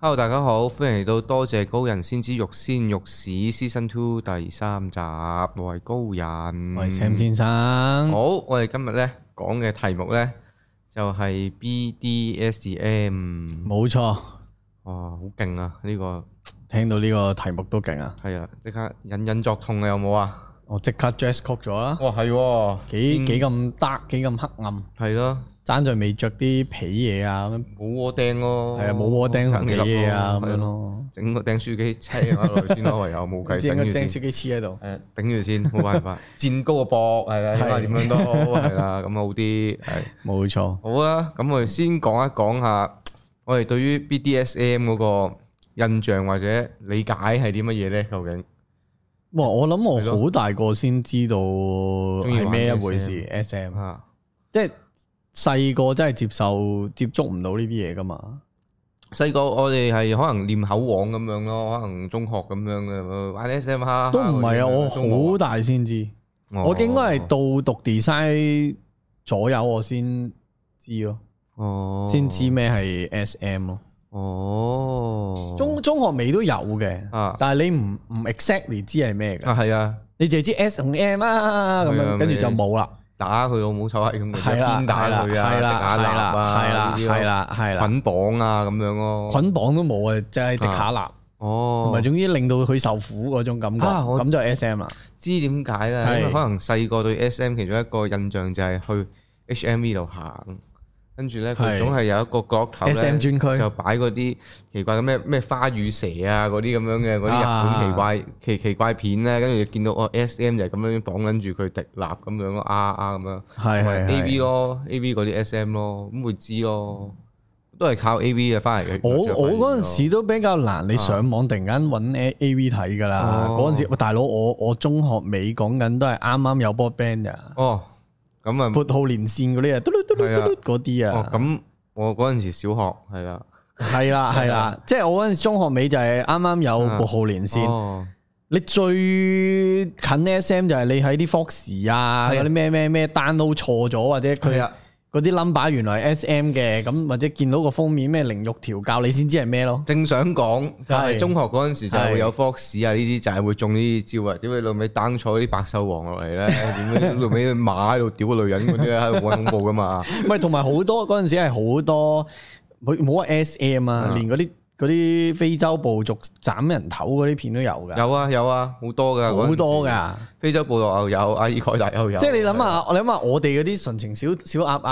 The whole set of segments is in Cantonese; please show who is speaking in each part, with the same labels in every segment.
Speaker 1: Hello，大家好，歡迎嚟到多謝高人先知肉先肉史 Season Two 第三集，我係高人，
Speaker 2: 喂，Sam 先生，
Speaker 1: 好，我哋今日咧講嘅題目咧就係 BDSM，
Speaker 2: 冇錯，
Speaker 1: 哇，好勁啊！呢、個
Speaker 2: 聽到呢個題目都勁啊！
Speaker 1: 係啊，即刻隱隱作痛啊，有冇啊？
Speaker 2: 我即刻 dress code 咗啦，
Speaker 1: 哇，係喎，
Speaker 2: 幾幾咁 dark，幾咁黑暗，
Speaker 1: 係咯，
Speaker 2: 爭在未着啲皮嘢啊，咁樣
Speaker 1: 冇窩釘咯，
Speaker 2: 係啊，冇窩釘同皮
Speaker 1: 梗係笠
Speaker 2: 嘢啊，
Speaker 1: 咯
Speaker 2: 咁樣，咯，啊
Speaker 1: 係整個釘書機車下落去先咯，唯有冇 計
Speaker 2: 即係個
Speaker 1: 頂住
Speaker 2: 釘
Speaker 1: 先。
Speaker 2: 自己黐喺度，
Speaker 1: 誒頂住 先，冇辦法，戰高個膊係啦，起碼點樣都係啦，咁好啲係
Speaker 2: 冇錯，
Speaker 1: 好啦。咁我哋先講一講下，我哋對於 BDSM 嗰個印象或者理解係啲乜嘢咧？究竟
Speaker 2: 哇！我諗
Speaker 1: 係咯
Speaker 2: 我好大個先知道
Speaker 1: 意玩
Speaker 2: 係咩一回事，SM，
Speaker 1: 啊，
Speaker 2: 即係細個真係接受接觸唔到呢啲嘢噶嘛，
Speaker 1: 細個我哋係可能念口簧咁樣咯，可能中學咁樣嘅玩 SM 哈，
Speaker 2: 都唔係啊！我
Speaker 1: 都冇
Speaker 2: 好大先知。
Speaker 1: 啊
Speaker 2: 我應該係到讀 design 左右我先知咯，
Speaker 1: 哦
Speaker 2: 先知咩係 SM 咯。
Speaker 1: 哦
Speaker 2: 中中學尾都有嘅，
Speaker 1: 啊
Speaker 2: 但係你唔唔 exactly 知係咩嘅，
Speaker 1: 啊係啊，
Speaker 2: 你淨係知 S 同 M 啊咁
Speaker 1: 係啊
Speaker 2: 樣，跟住就冇啦。
Speaker 1: 打佢老母臭閪咁嘅，
Speaker 2: 係啦，
Speaker 1: 邊打
Speaker 2: 係啦，
Speaker 1: 佢啊，
Speaker 2: 係啦，
Speaker 1: 打
Speaker 2: 係
Speaker 1: 蠟啊
Speaker 2: 啦，
Speaker 1: 呢
Speaker 2: 係
Speaker 1: 啲咯
Speaker 2: 啦，係啦，係啦，
Speaker 1: 捆綁啊咁樣咯。
Speaker 2: 捆綁都冇啊，就係迪卡納，同
Speaker 1: 哦
Speaker 2: 埋，總之令到佢受苦嗰種感覺，
Speaker 1: 啊我
Speaker 2: 咁就 SM 啦。
Speaker 1: 知點解咧？
Speaker 2: 係
Speaker 1: 因為可能細個對 S.M. 其中一個印象就係去 H.M.V 度行，跟住咧佢
Speaker 2: 係
Speaker 1: 總係有一個角頭咧
Speaker 2: SM 專區
Speaker 1: 就擺嗰啲奇怪嘅咩咩花與蛇啊嗰啲咁樣嘅嗰
Speaker 2: 啊
Speaker 1: 啲日本奇怪、奇奇怪片咧，跟住見到哦 S.M. 就係咁樣綁緊住佢迪立咁樣咯，啊啊咁樣，
Speaker 2: 係
Speaker 1: 同埋
Speaker 2: 係
Speaker 1: A.V.
Speaker 2: 係。
Speaker 1: 咯，A.V. 嗰啲 S.M. 咯，咁會知咯，都係靠 A.V. 嘅翻嚟嘅。
Speaker 2: 我我嗰陣
Speaker 1: 時
Speaker 2: 時都比較難，你上網突然間揾 A A V 睇㗎啦。
Speaker 1: 啊哦
Speaker 2: 嗰陣時，喂大佬，我我中學尾講緊都係啱啱有波 band 咋，
Speaker 1: 哦，咁啊。
Speaker 2: 撥號連線嗰啲啊，嘟嚕嘟嚕嘟嚕嗰啲
Speaker 1: 哦，
Speaker 2: 啊，
Speaker 1: 咁我嗰陣時小學係啊啦，
Speaker 2: 係啦係啦，即係我嗰陣時中學尾就係啱啱有撥號連線。
Speaker 1: 啊哦，
Speaker 2: 你最近 S M 就係你喺啲 Fox 啊，
Speaker 1: 係啊
Speaker 2: 嗰啲咩咩咩 download 錯咗或者
Speaker 1: 係
Speaker 2: 佢
Speaker 1: 啊
Speaker 2: 嗰啲 number 原來 S M 嘅，咁或者見到個封面咩靈肉調教，你先知係咩咯。
Speaker 1: 正想講就係
Speaker 2: 係
Speaker 1: 中學嗰陣時就
Speaker 2: 係
Speaker 1: 會有 Fox 啊呢啲就係會中呢啲招啊，屌你老尾單坐啲白獸王啊落嚟 咧，點樣老尾馬喺度屌個女人嗰啲咧，喺度好恐怖噶 嘛，
Speaker 2: 唔係，同埋好多嗰陣時係好多冇冇話 S.M. 啊，連嗰啲嗰啲非洲部族斬人頭嗰啲片都有㗎，
Speaker 1: 有啊有啊，好多噶，嗰陣
Speaker 2: 好
Speaker 1: 時
Speaker 2: 多，㗎。
Speaker 1: 非洲部落又有，阿爾蓋達又有，
Speaker 2: 即係你諗下，你諗下我哋嗰啲純情小小鴨鴨，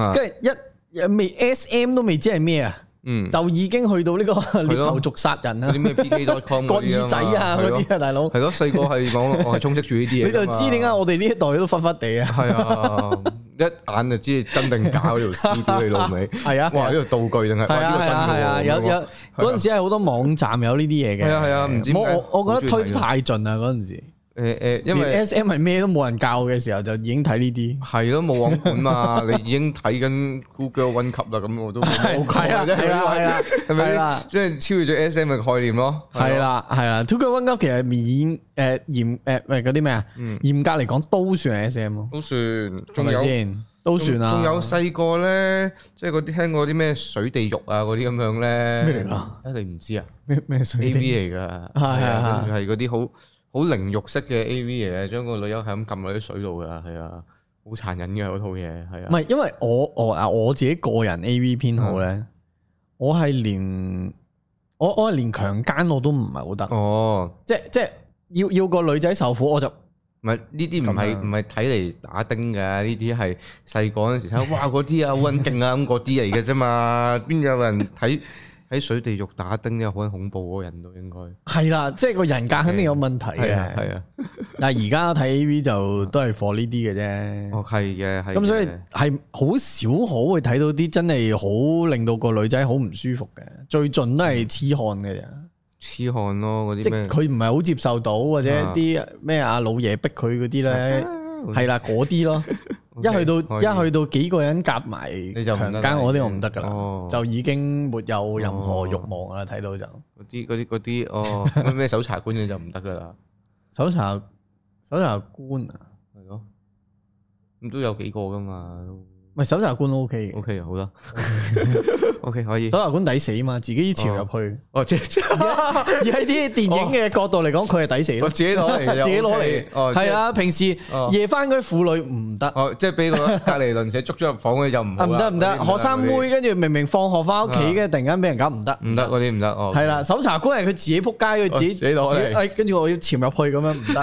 Speaker 1: 啊，
Speaker 2: 跟住一未 S.M. 都未知係咩啊，
Speaker 1: 嗯，
Speaker 2: 就已經去到呢個獵頭族殺人
Speaker 1: 嗰
Speaker 2: 啊
Speaker 1: 啲、咩 PK.com
Speaker 2: 割
Speaker 1: 嗰啲
Speaker 2: 耳仔啊嗰啲
Speaker 1: 啊
Speaker 2: 啊，大佬
Speaker 1: 嘛，，係咯，係咯，細個係網絡我係充斥住呢啲嘢
Speaker 2: 你
Speaker 1: 㗎嘛，
Speaker 2: 就知點解我哋呢一代都忽忽地啊，
Speaker 1: 係啊，一眼就知真定假嗰條絲屌你老味。
Speaker 2: 係啊，
Speaker 1: 哇！呢個道具定係
Speaker 2: 係
Speaker 1: 哇
Speaker 2: 啊
Speaker 1: 呢個
Speaker 2: 係
Speaker 1: 真
Speaker 2: 啊係啊，有
Speaker 1: 嘅喎，
Speaker 2: 有嗰陣時係好多網站有呢啲嘢嘅，
Speaker 1: 係啊係啊唔知點解
Speaker 2: 我我我覺得
Speaker 1: 好中意睇
Speaker 2: 推得太盡啦嗰陣時。
Speaker 1: 誒誒，因
Speaker 2: 因為
Speaker 1: 為
Speaker 2: S M 係咩都冇人教嘅時候，就已經睇呢啲。
Speaker 1: 係咯冇網管 嘛，你已經睇緊 Google One 級啦，咁我都冇講
Speaker 2: 係啊
Speaker 1: 嘅啫
Speaker 2: 係啊係啊
Speaker 1: 係
Speaker 2: 係
Speaker 1: 咪
Speaker 2: 啦？
Speaker 1: 即係超越咗 SM 嘅概念咯，啊
Speaker 2: 係啊
Speaker 1: 咯，
Speaker 2: 啦，係啦，Two Girl One Cup 其實免誒嚴誒唔係嗰啲咩啊？嚴格嚟講都算係 S M 咯，
Speaker 1: 都算，
Speaker 2: 係
Speaker 1: 嗯仲
Speaker 2: 咪
Speaker 1: 有
Speaker 2: 先？都算啊啦。
Speaker 1: 仲有細個咧，即係嗰啲聽過啲咩水地獄啊嗰啲咁樣咧，
Speaker 2: 咩嚟㗎
Speaker 1: 啊？你唔知啊？
Speaker 2: 咩咩水
Speaker 1: A
Speaker 2: 晶
Speaker 1: V 嚟噶，
Speaker 2: 係
Speaker 1: 係啊，跟
Speaker 2: 係
Speaker 1: 住係嗰啲好好凌辱式嘅 A V 嚟嘅，將個女優係咁撳落啲水度噶，係啊，好殘忍嘅嗰套嘢，係
Speaker 2: 唔
Speaker 1: 啊，
Speaker 2: 係，因為我我啊我自己個人 A V 偏好咧，
Speaker 1: 嗯
Speaker 2: 我係連我我係連強姦我都唔係好得，
Speaker 1: 哦，
Speaker 2: 即即要要個女仔受苦我就
Speaker 1: 唔係呢啲唔
Speaker 2: 咁啊
Speaker 1: 係
Speaker 2: 樣
Speaker 1: 唔係睇嚟打丁嘅，呢啲係細個嗰陣時睇，哇嗰啲啊好撚勁啊咁嗰啲嚟嘅啫 嘛，邊有人睇睇水地獄打丁嘅好撚恐怖嗰個人都應該
Speaker 2: 係啦，即係個人格肯定有問題
Speaker 1: 係啊
Speaker 2: 嘅。
Speaker 1: 係啊，
Speaker 2: 但係而家睇 A V 就都係 for 呢啲嘅啫。
Speaker 1: 哦係嘅係嘅，
Speaker 2: 咁所以係好少可會睇到啲真係好令到個女仔好唔舒服嘅，最盡都係痴漢嘅啫，
Speaker 1: 啊痴漢咯嗰啲
Speaker 2: 即係
Speaker 1: 咩
Speaker 2: 佢唔係好接受到或者
Speaker 1: 啊
Speaker 2: 啲咩啊老爺逼佢嗰啲 咧，係啦嗰啲咯，一去到
Speaker 1: 可以
Speaker 2: 一去到幾個人夾埋
Speaker 1: 你就唔得啦
Speaker 2: 強姦我啲我唔得噶
Speaker 1: 哦
Speaker 2: 啦，就已經沒有任何慾望噶啦，睇到就
Speaker 1: 嗰啲嗰啲嗰啲 哦咩咩搜查官嘅就唔得噶啦。
Speaker 2: 搜查搜查官啊，
Speaker 1: 係咯，咁都有幾個噶嘛，都
Speaker 2: 唔係搜查官 O K 嘅，
Speaker 1: OK 好 啦，OK 可以
Speaker 2: 搜。查官抵死嘛，自己潛入去。
Speaker 1: 哦，即即
Speaker 2: 而喺啲電影嘅角度嚟講，佢係抵死
Speaker 1: 我
Speaker 2: 咯，
Speaker 1: 自己攞嚟嘅，
Speaker 2: 自己攞
Speaker 1: OK，哦
Speaker 2: 嚟。係，啊，平時
Speaker 1: 哦
Speaker 2: 夜翻嗰啲婦女唔得。
Speaker 1: 即哦，即係俾個隔離鄰舍捉咗入房嗰啲就唔好
Speaker 2: 啊唔
Speaker 1: 啦
Speaker 2: 得唔得，
Speaker 1: 嗰啲
Speaker 2: 學生妹
Speaker 1: 嗰
Speaker 2: 跟住明明放學翻屋企嘅，突然間俾人搞唔得，
Speaker 1: 啲唔得嗰啲唔得哦，
Speaker 2: 係啦，搜查官係佢自己撲街，佢自己
Speaker 1: 哦自己攞嚟
Speaker 2: 自己哎跟住我要潛入去咁樣唔得，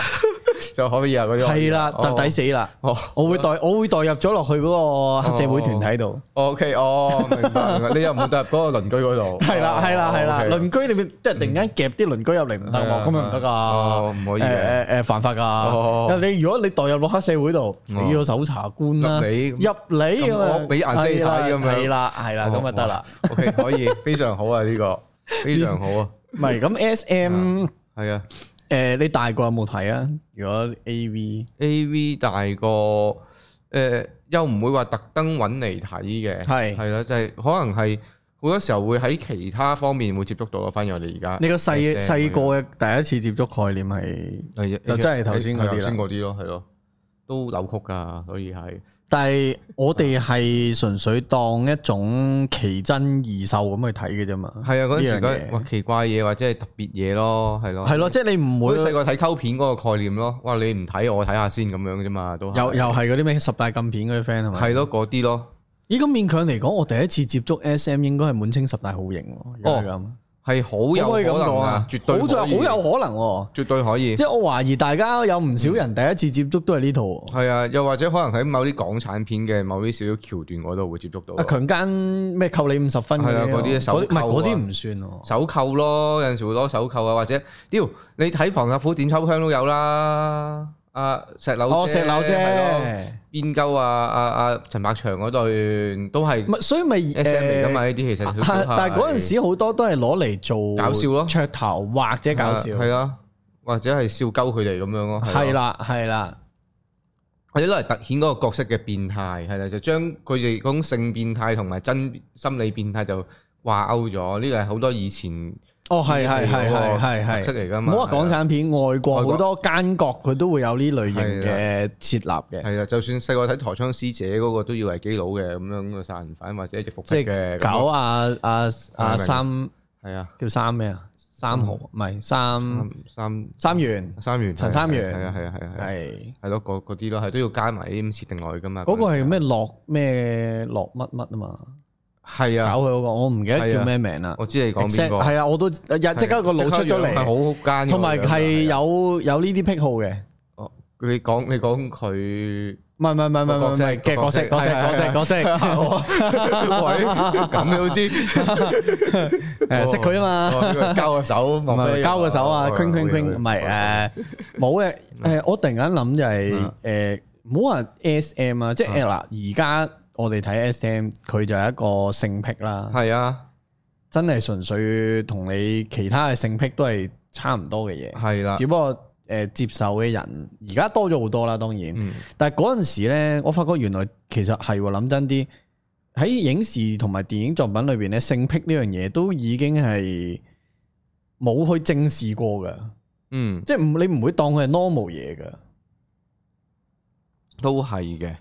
Speaker 1: 就可以啊嗰啲可以
Speaker 2: 係啦，
Speaker 1: 哦
Speaker 2: 特抵死啦，
Speaker 1: 哦
Speaker 2: 我會代我會代入咗落去嗰個黑社會團體度，
Speaker 1: O K，哦，明白， 明白，你又唔好踏入嗰個鄰居嗰度。
Speaker 2: 係啦係啦係啦，
Speaker 1: 鄰
Speaker 2: 鄰居你咪即係突然間夾啲鄰居入嚟唔得
Speaker 1: 哦係啊
Speaker 2: 喎，咁咪唔得噶
Speaker 1: 哦，唔可以嘅
Speaker 2: 誒誒誒犯法
Speaker 1: 哦
Speaker 2: 噶，你如果你代入落黑社會度，你要搜查官啦，
Speaker 1: 入你
Speaker 2: 入你咁啊
Speaker 1: 咁我俾顏色你睇咁樣哦
Speaker 2: 係啦
Speaker 1: 啊
Speaker 2: 係啦，咁就得啦，。
Speaker 1: O K，可 以，非常好啊呢個，非常好啊，
Speaker 2: 唔係咁 S M。
Speaker 1: 係啊
Speaker 2: 诶、你大個有冇睇啊？如果 A V
Speaker 1: ，A V 大個誒又唔會話特登揾嚟睇嘅，
Speaker 2: 係
Speaker 1: 係啦，就係可能係好多時候會喺其他方面會接觸到咯。反而我哋而家
Speaker 2: 你個細
Speaker 1: SM
Speaker 2: 细个嘅第一次接觸概念係，
Speaker 1: 係啊
Speaker 2: 就真係頭先嗰啲
Speaker 1: 係
Speaker 2: 啦
Speaker 1: 頭先嗰啲咯，係咯，都扭曲㗎，所以係
Speaker 2: 但係我哋係純粹當一種奇珍異獸咁去睇嘅啫嘛。
Speaker 1: 係啊嗰陣時
Speaker 2: 呢樣
Speaker 1: 嗰
Speaker 2: 嘢
Speaker 1: 哇奇怪嘢或者係特別嘢咯，係咯，
Speaker 2: 係咯，即係你唔
Speaker 1: 我
Speaker 2: 會
Speaker 1: 細個睇溝片嗰個概念咯，哇！你唔睇我睇下先咁樣啫嘛，都係
Speaker 2: 又又係嗰啲咩十大禁片嗰啲 friend 係咪？
Speaker 1: 係咯嗰啲咯，
Speaker 2: 咦，咁勉強嚟講，我第一次接觸 S M 應該係滿清十大好型喎。如果係咁，
Speaker 1: 係好
Speaker 2: 可唔可
Speaker 1: 哦有
Speaker 2: 以咁
Speaker 1: 可能
Speaker 2: 講
Speaker 1: 啊
Speaker 2: 啊，？
Speaker 1: 絕對
Speaker 2: 好在
Speaker 1: 可
Speaker 2: 好
Speaker 1: 以
Speaker 2: 有可能喎。
Speaker 1: 絕對可以
Speaker 2: 即，係我懷疑大家有唔少
Speaker 1: 嗯
Speaker 2: 人第一次接觸都係呢套喎。
Speaker 1: 係啊！又或者可能喺某啲港產片嘅某啲少少橋段嗰度會接觸到
Speaker 2: 啊，
Speaker 1: 咯，
Speaker 2: 強姦咩扣你五十分
Speaker 1: 嗯係啊嗰
Speaker 2: 嗰啲咯，
Speaker 1: 啲手
Speaker 2: 嗰啲唔係
Speaker 1: 扣啊
Speaker 2: 嗰啲唔算喎。
Speaker 1: 手扣咯，有陣時會攞手扣啊，或者屌你睇《唐伯虎點秋香》都有啦，啊石榴
Speaker 2: 哦，石榴
Speaker 1: 係咯
Speaker 2: 啫，
Speaker 1: 邊鳩啊啊啊陳百祥嗰段都係
Speaker 2: 唔係所以咪
Speaker 1: S M 嚟㗎
Speaker 2: 誒啊
Speaker 1: 嘛？呢啲其實少
Speaker 2: 係
Speaker 1: 少
Speaker 2: 但係嗰
Speaker 1: 係
Speaker 2: 陣時好多都係攞嚟做
Speaker 1: 啊搞笑咯
Speaker 2: 噱頭或者搞笑，
Speaker 1: 係啊，或者係笑鳩佢哋咁樣咯，啊係咯
Speaker 2: 係啊啦係啦，
Speaker 1: 或者攞嚟凸顯嗰個角色嘅變態，係啦，就將佢哋嗰種性變態同埋真心理變態就掛鈎咗。呢個係好多以前
Speaker 2: 哦係係係係係
Speaker 1: 特啊色
Speaker 2: 係，
Speaker 1: 嚟㗎
Speaker 2: 唔
Speaker 1: 嘛。啊
Speaker 2: 好話港產片，外國
Speaker 1: 外國
Speaker 2: 好多奸角佢都會有呢類型嘅設立嘅，
Speaker 1: 啊係啦，就算細個睇《陀槍師姐》嗰個都以為基佬嘅咁樣嘅殺人犯或者一直服
Speaker 2: 即
Speaker 1: 癖嘅
Speaker 2: 係搞啊啊啊
Speaker 1: 明
Speaker 2: 三
Speaker 1: 係啊，
Speaker 2: 叫三咩啊？三豪唔係三
Speaker 1: 三三
Speaker 2: 三元
Speaker 1: 三元
Speaker 2: 嗯陳三元
Speaker 1: 係啊係啊係啊係啊啊
Speaker 2: 係
Speaker 1: 係咯，嗰嗰啲咯係都要加埋啲設定落去㗎嘛。
Speaker 2: 嗰個係咩落咩落乜乜啊嘛？
Speaker 1: 係啊
Speaker 2: 搞？佢嗰個，我唔記得
Speaker 1: 係啊
Speaker 2: 叫咩名啦。
Speaker 1: 我知你講邊
Speaker 2: exact-
Speaker 1: 個？
Speaker 2: 係啊，我都日即刻個腦出咗
Speaker 1: 係
Speaker 2: 嚟，
Speaker 1: 好奸嘅，
Speaker 2: 同埋
Speaker 1: 我
Speaker 2: 係
Speaker 1: 覺得
Speaker 2: 有有呢啲癖好嘅。
Speaker 1: 哦你講你講佢。
Speaker 2: 唔係唔係唔係唔係唔
Speaker 1: 個角色
Speaker 2: 係嘅
Speaker 1: 個角
Speaker 2: 角
Speaker 1: 色
Speaker 2: 色角色
Speaker 1: 係係
Speaker 2: 角色
Speaker 1: 係
Speaker 2: 角色，
Speaker 1: 喂，咁你都知，
Speaker 2: 誒識佢啊嘛。
Speaker 1: 嘛？交哦個手，
Speaker 2: 唔係交個手
Speaker 1: 哦
Speaker 2: 啊，q u 唔
Speaker 1: 係
Speaker 2: 係誒冇嘅
Speaker 1: 嗯
Speaker 2: 誒，我突然間諗就係誒，唔好話 S M 啊，即
Speaker 1: 嗯
Speaker 2: 係嗱，而家我哋睇 S M，佢就係一個性癖啦，
Speaker 1: 係啊，
Speaker 2: 真係純粹同你其他嘅性癖都係差唔多嘅嘢。
Speaker 1: 係啦
Speaker 2: 只，不過誒、呃接受嘅人而家多咗好多啦，當然。
Speaker 1: 嗯
Speaker 2: 但係嗰陣時咧，我發覺原來其實係喎諗真啲喺影視同埋電影作品裏邊咧，性癖呢樣嘢都已經係冇去正視過㗎，
Speaker 1: 嗯，
Speaker 2: 即係唔你唔會當佢係 normal 嘢㗎。
Speaker 1: 都係嘅，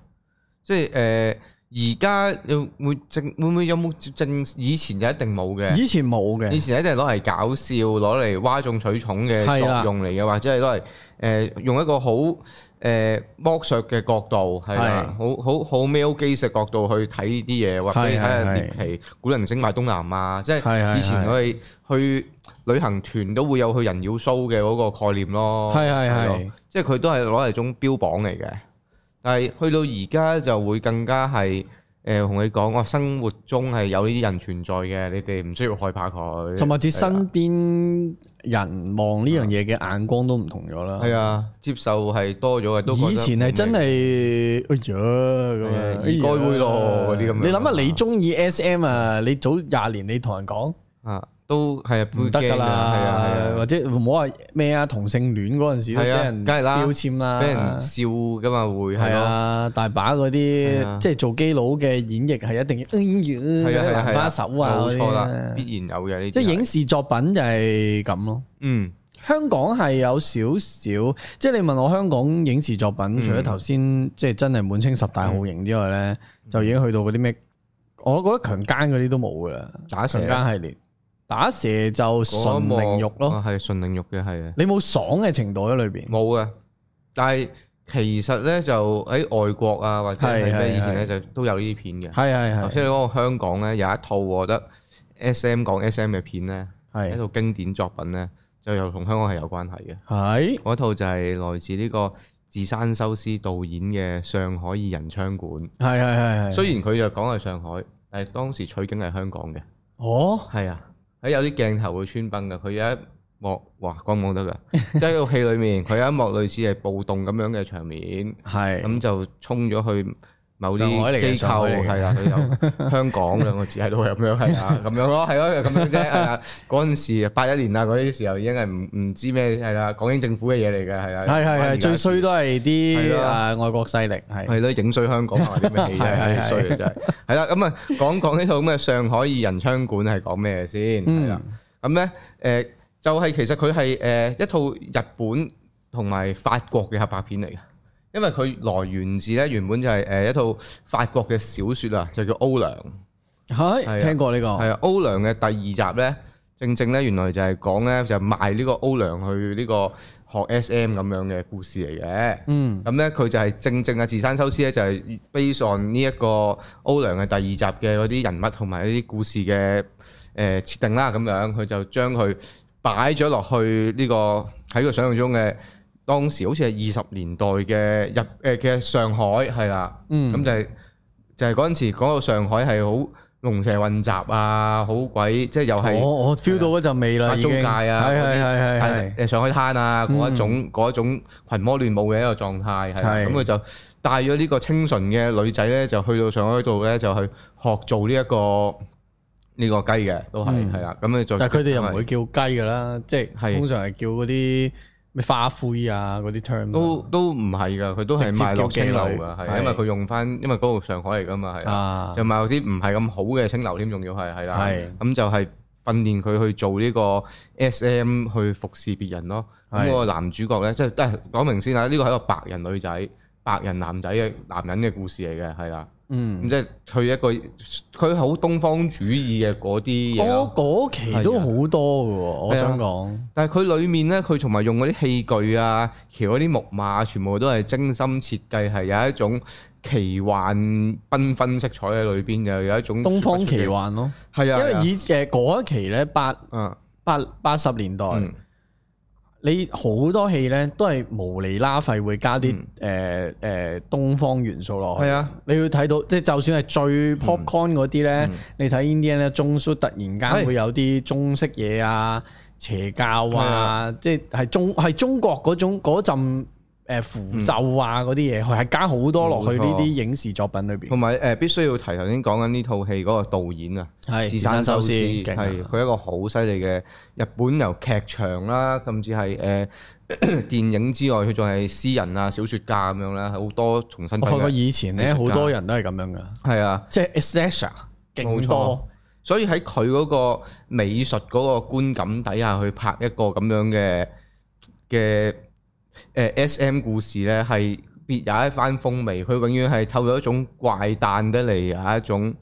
Speaker 1: 即係誒。而家有會正會唔會有冇正？以前就一定冇嘅，
Speaker 2: 以前冇
Speaker 1: 以
Speaker 2: 嘅，
Speaker 1: 前一定係攞嚟搞笑、攞嚟哗眾取寵嘅
Speaker 2: 係啦
Speaker 1: 作用嚟嘅，或者係攞嚟誒用一個好誒剝削嘅角度，係啦，好好好 male gaze 嘅角度去睇呢啲嘢，或者
Speaker 2: 係
Speaker 1: 睇下
Speaker 2: 係
Speaker 1: 獵奇、古靈精怪東南亞，即係
Speaker 2: 係係
Speaker 1: 以前我哋去旅行團都會有去人妖 show 嘅嗰個概念咯，
Speaker 2: 係係係
Speaker 1: 咯，即係佢都係攞嚟種標榜嚟嘅。但係去到而家就會更加係誒同你講，我生活中係有呢啲人存在嘅，你哋唔需要害怕佢。
Speaker 2: 甚至
Speaker 1: 係啊
Speaker 2: 身邊人望呢樣嘢嘅眼光都唔同咗啦。
Speaker 1: 係啊，接受係多咗嘅，都覺得
Speaker 2: 以前係真係，哎呀咁
Speaker 1: 係啊
Speaker 2: 樣，
Speaker 1: 應該會咯
Speaker 2: 哎呀
Speaker 1: 嗰啲咁樣
Speaker 2: 你諗下，你中意 SM 啊？你早廿年你同人講
Speaker 1: 啊，都係啊
Speaker 2: 唔得
Speaker 1: 係
Speaker 2: 㗎
Speaker 1: 啊
Speaker 2: 啦，
Speaker 1: 係啊
Speaker 2: 或者唔好話咩啊同性戀嗰陣時都俾
Speaker 1: 係啊
Speaker 2: 人
Speaker 1: 梗係啦
Speaker 2: 標籤啦，
Speaker 1: 俾人笑㗎嘛會
Speaker 2: 係
Speaker 1: 係咯。
Speaker 2: 啊，大把嗰
Speaker 1: 係啊
Speaker 2: 啲即係做基佬嘅演繹係一定要，哎
Speaker 1: 係啊係
Speaker 2: 呀
Speaker 1: 啊
Speaker 2: 蘭
Speaker 1: 係啊，
Speaker 2: 花手啊
Speaker 1: 冇
Speaker 2: 嗰
Speaker 1: 錯
Speaker 2: 啲
Speaker 1: 啦，
Speaker 2: 啊，
Speaker 1: 必然有嘅呢啲係。
Speaker 2: 即係影視作品就係咁咯。
Speaker 1: 嗯，
Speaker 2: 香港係有少少，即係你問我香港影視作品，除咗頭先即係真係滿清十大酷刑之外咧，就已經去到嗰啲咩，我覺得強姦嗰啲都冇噶啦，
Speaker 1: 打蛇
Speaker 2: 強姦系列，打蛇就純凌辱咯，
Speaker 1: 系纯凌辱嘅，係啊，
Speaker 2: 你冇爽嘅程度喺裏边，
Speaker 1: 冇嘅。但係其實咧就喺外國啊，或者係
Speaker 2: 係係
Speaker 1: 咩以前咧就都有呢啲片嘅。
Speaker 2: 係係
Speaker 1: 頭
Speaker 2: 係
Speaker 1: 先你講個香港咧有一套，我覺得 S M 講 S M 嘅片咧，一
Speaker 2: 係
Speaker 1: 套經典作品咧，就又同香港係有關係嘅。
Speaker 2: 係
Speaker 1: 嗰套就係來自呢個自山修斯導演嘅《上海二人槍館》。
Speaker 2: 係係係係，
Speaker 1: 雖然佢就講係上海，但係當時取景係香港嘅。
Speaker 2: 哦
Speaker 1: 係啊，喺有啲鏡頭會穿崩㗎。佢有一幕，哇，講唔講得㗎？ 即係喺個戲裏面，佢有一幕類似係暴動咁樣嘅場面，
Speaker 2: 係
Speaker 1: 咁就衝咗去某
Speaker 2: 上海嚟
Speaker 1: 啲
Speaker 2: 嘅
Speaker 1: 機
Speaker 2: 上海嚟
Speaker 1: 構，
Speaker 2: 嘅
Speaker 1: 係啊，佢有香港兩個字喺度咁樣，係啊，咁樣咯，係咯，咁樣啫。係啊，嗰陣時八一年啊，嗰啲時候已經係唔唔知咩係啦，港英政府嘅嘢嚟嘅，係啊，
Speaker 2: 係係係，最衰都係
Speaker 1: 係
Speaker 2: 啲
Speaker 1: 咯
Speaker 2: 啊外國勢力係。
Speaker 1: 係咯，影衰香港啊啲咩 戲
Speaker 2: 係係
Speaker 1: 啊，
Speaker 2: 係
Speaker 1: 衰啊真係。係啦，咁啊講講呢套咁嘅上海二人槍館係講咩先？
Speaker 2: 嗯
Speaker 1: 係啦，咁咧誒就係其實佢係誒一套日本同埋法國嘅合拍片嚟嘅。因為佢來源自咧，原本就係誒一套法國嘅小説啊，就叫《歐良》。係啊
Speaker 2: 係聽過呢個，
Speaker 1: 係啊，歐良嘅第二集咧，正正咧原來就係講咧就賣呢個歐良去呢個學 SM 咁樣嘅故事嚟嘅。
Speaker 2: 嗯，
Speaker 1: 咁咧佢就係正正嘅自山修斯咧，就係 base on 呢一個歐良嘅第二集嘅嗰啲人物同埋呢啲故事嘅誒設定啦，咁樣佢就將佢擺咗落去呢、個喺佢想象中嘅當時好似係二十年代嘅日誒嘅、上海係啦，
Speaker 2: 嗯
Speaker 1: 咁就係、就係嗰陣時講到上海係好龍蛇混雜啊，好鬼即係又係。
Speaker 2: 我我 feel 到嗰陣味啦，
Speaker 1: 法
Speaker 2: 已
Speaker 1: 租
Speaker 2: 經
Speaker 1: 界啊，
Speaker 2: 係係係係嗯
Speaker 1: 係誒上海灘啊，嗰一種嗰一種群魔亂舞嘅一個狀態，係啦
Speaker 2: 係
Speaker 1: 咁佢就帶咗呢個清純嘅女仔咧，就去到上海度咧，就去學做呢一個呢個雞嘅，都係
Speaker 2: 嗯
Speaker 1: 係啦。咁佢就
Speaker 2: 但係佢哋又唔會叫雞噶啦，即係
Speaker 1: 係
Speaker 2: 通常係叫嗰啲咩花灰啊嗰啲 term
Speaker 1: 都都唔係㗎，佢都係
Speaker 2: 直接
Speaker 1: 賣落
Speaker 2: 叫妓
Speaker 1: 清
Speaker 2: 女
Speaker 1: 流㗎，係
Speaker 2: 係
Speaker 1: 因為佢用翻，因為嗰度上海嚟㗎嘛，係啊
Speaker 2: 啊
Speaker 1: 就，賣嗰啲唔係咁好嘅清流添，仲要係係啦
Speaker 2: 係，
Speaker 1: 咁就係訓練佢去做呢個 S.M. 去服侍別人咯。咁
Speaker 2: 係
Speaker 1: 個男主角咧，即係誒講明先啦，呢個係一個白人女仔、白人男仔嘅男人嘅故事嚟嘅，係啦。咁
Speaker 2: 嗯，
Speaker 1: 即係佢一個佢好東方主義嘅嗰啲嘢
Speaker 2: 我
Speaker 1: 咯。
Speaker 2: 嗰期都好多嘅喎，我想講
Speaker 1: 但係啊佢裡面咧，佢同埋用嗰啲器具啊、橋嗰啲木馬，全部都係精心設計，係有一種奇幻繽紛色彩喺裏邊，又有一種
Speaker 2: 東方奇
Speaker 1: 幻。
Speaker 2: 幻
Speaker 1: 嗯
Speaker 2: 咯，
Speaker 1: 係
Speaker 2: 因
Speaker 1: 啊，
Speaker 2: 為
Speaker 1: 係啊
Speaker 2: 以誒嗰一期咧八
Speaker 1: 嗯
Speaker 2: 八八十年代，
Speaker 1: 嗯
Speaker 2: 你好多戲咧都係無厘啦廢會加啲誒誒東方元素落
Speaker 1: 嗯
Speaker 2: 去
Speaker 1: 係。啊。嗯
Speaker 2: 你要睇到，即係就算係最 popcorn 嗰啲咧，你睇 Indian 咧，中蘇突然間
Speaker 1: 係
Speaker 2: 會有啲中式嘢啊、邪教
Speaker 1: 係
Speaker 2: 啊，即係係中係中國嗰種嗰陣誒符咒啊嗰啲嘢，佢係加好多落去呢
Speaker 1: 嗯冇錯
Speaker 2: 啲影視作品裏邊
Speaker 1: 同。埋誒必須要提頭先講緊呢套戲嗰個導演啊，
Speaker 2: 係
Speaker 1: 寺山修司
Speaker 2: 勁啊
Speaker 1: 係佢一個好犀利嘅日本由劇場啦，甚至係誒、 呃電影之外，佢仲係詩人啊、小説家咁樣啦，好多重新
Speaker 2: 我發覺
Speaker 1: 嘅
Speaker 2: 以前咧好多人都係咁樣噶，
Speaker 1: 係啊，
Speaker 2: 即係 slasher 勁多，
Speaker 1: 所以喺佢嗰個美術嗰個觀感底下去拍一個咁樣嘅嘅誒 S.M. 故事咧，係別有一番風味。佢永遠係透咗一種怪誕得嚟，有一種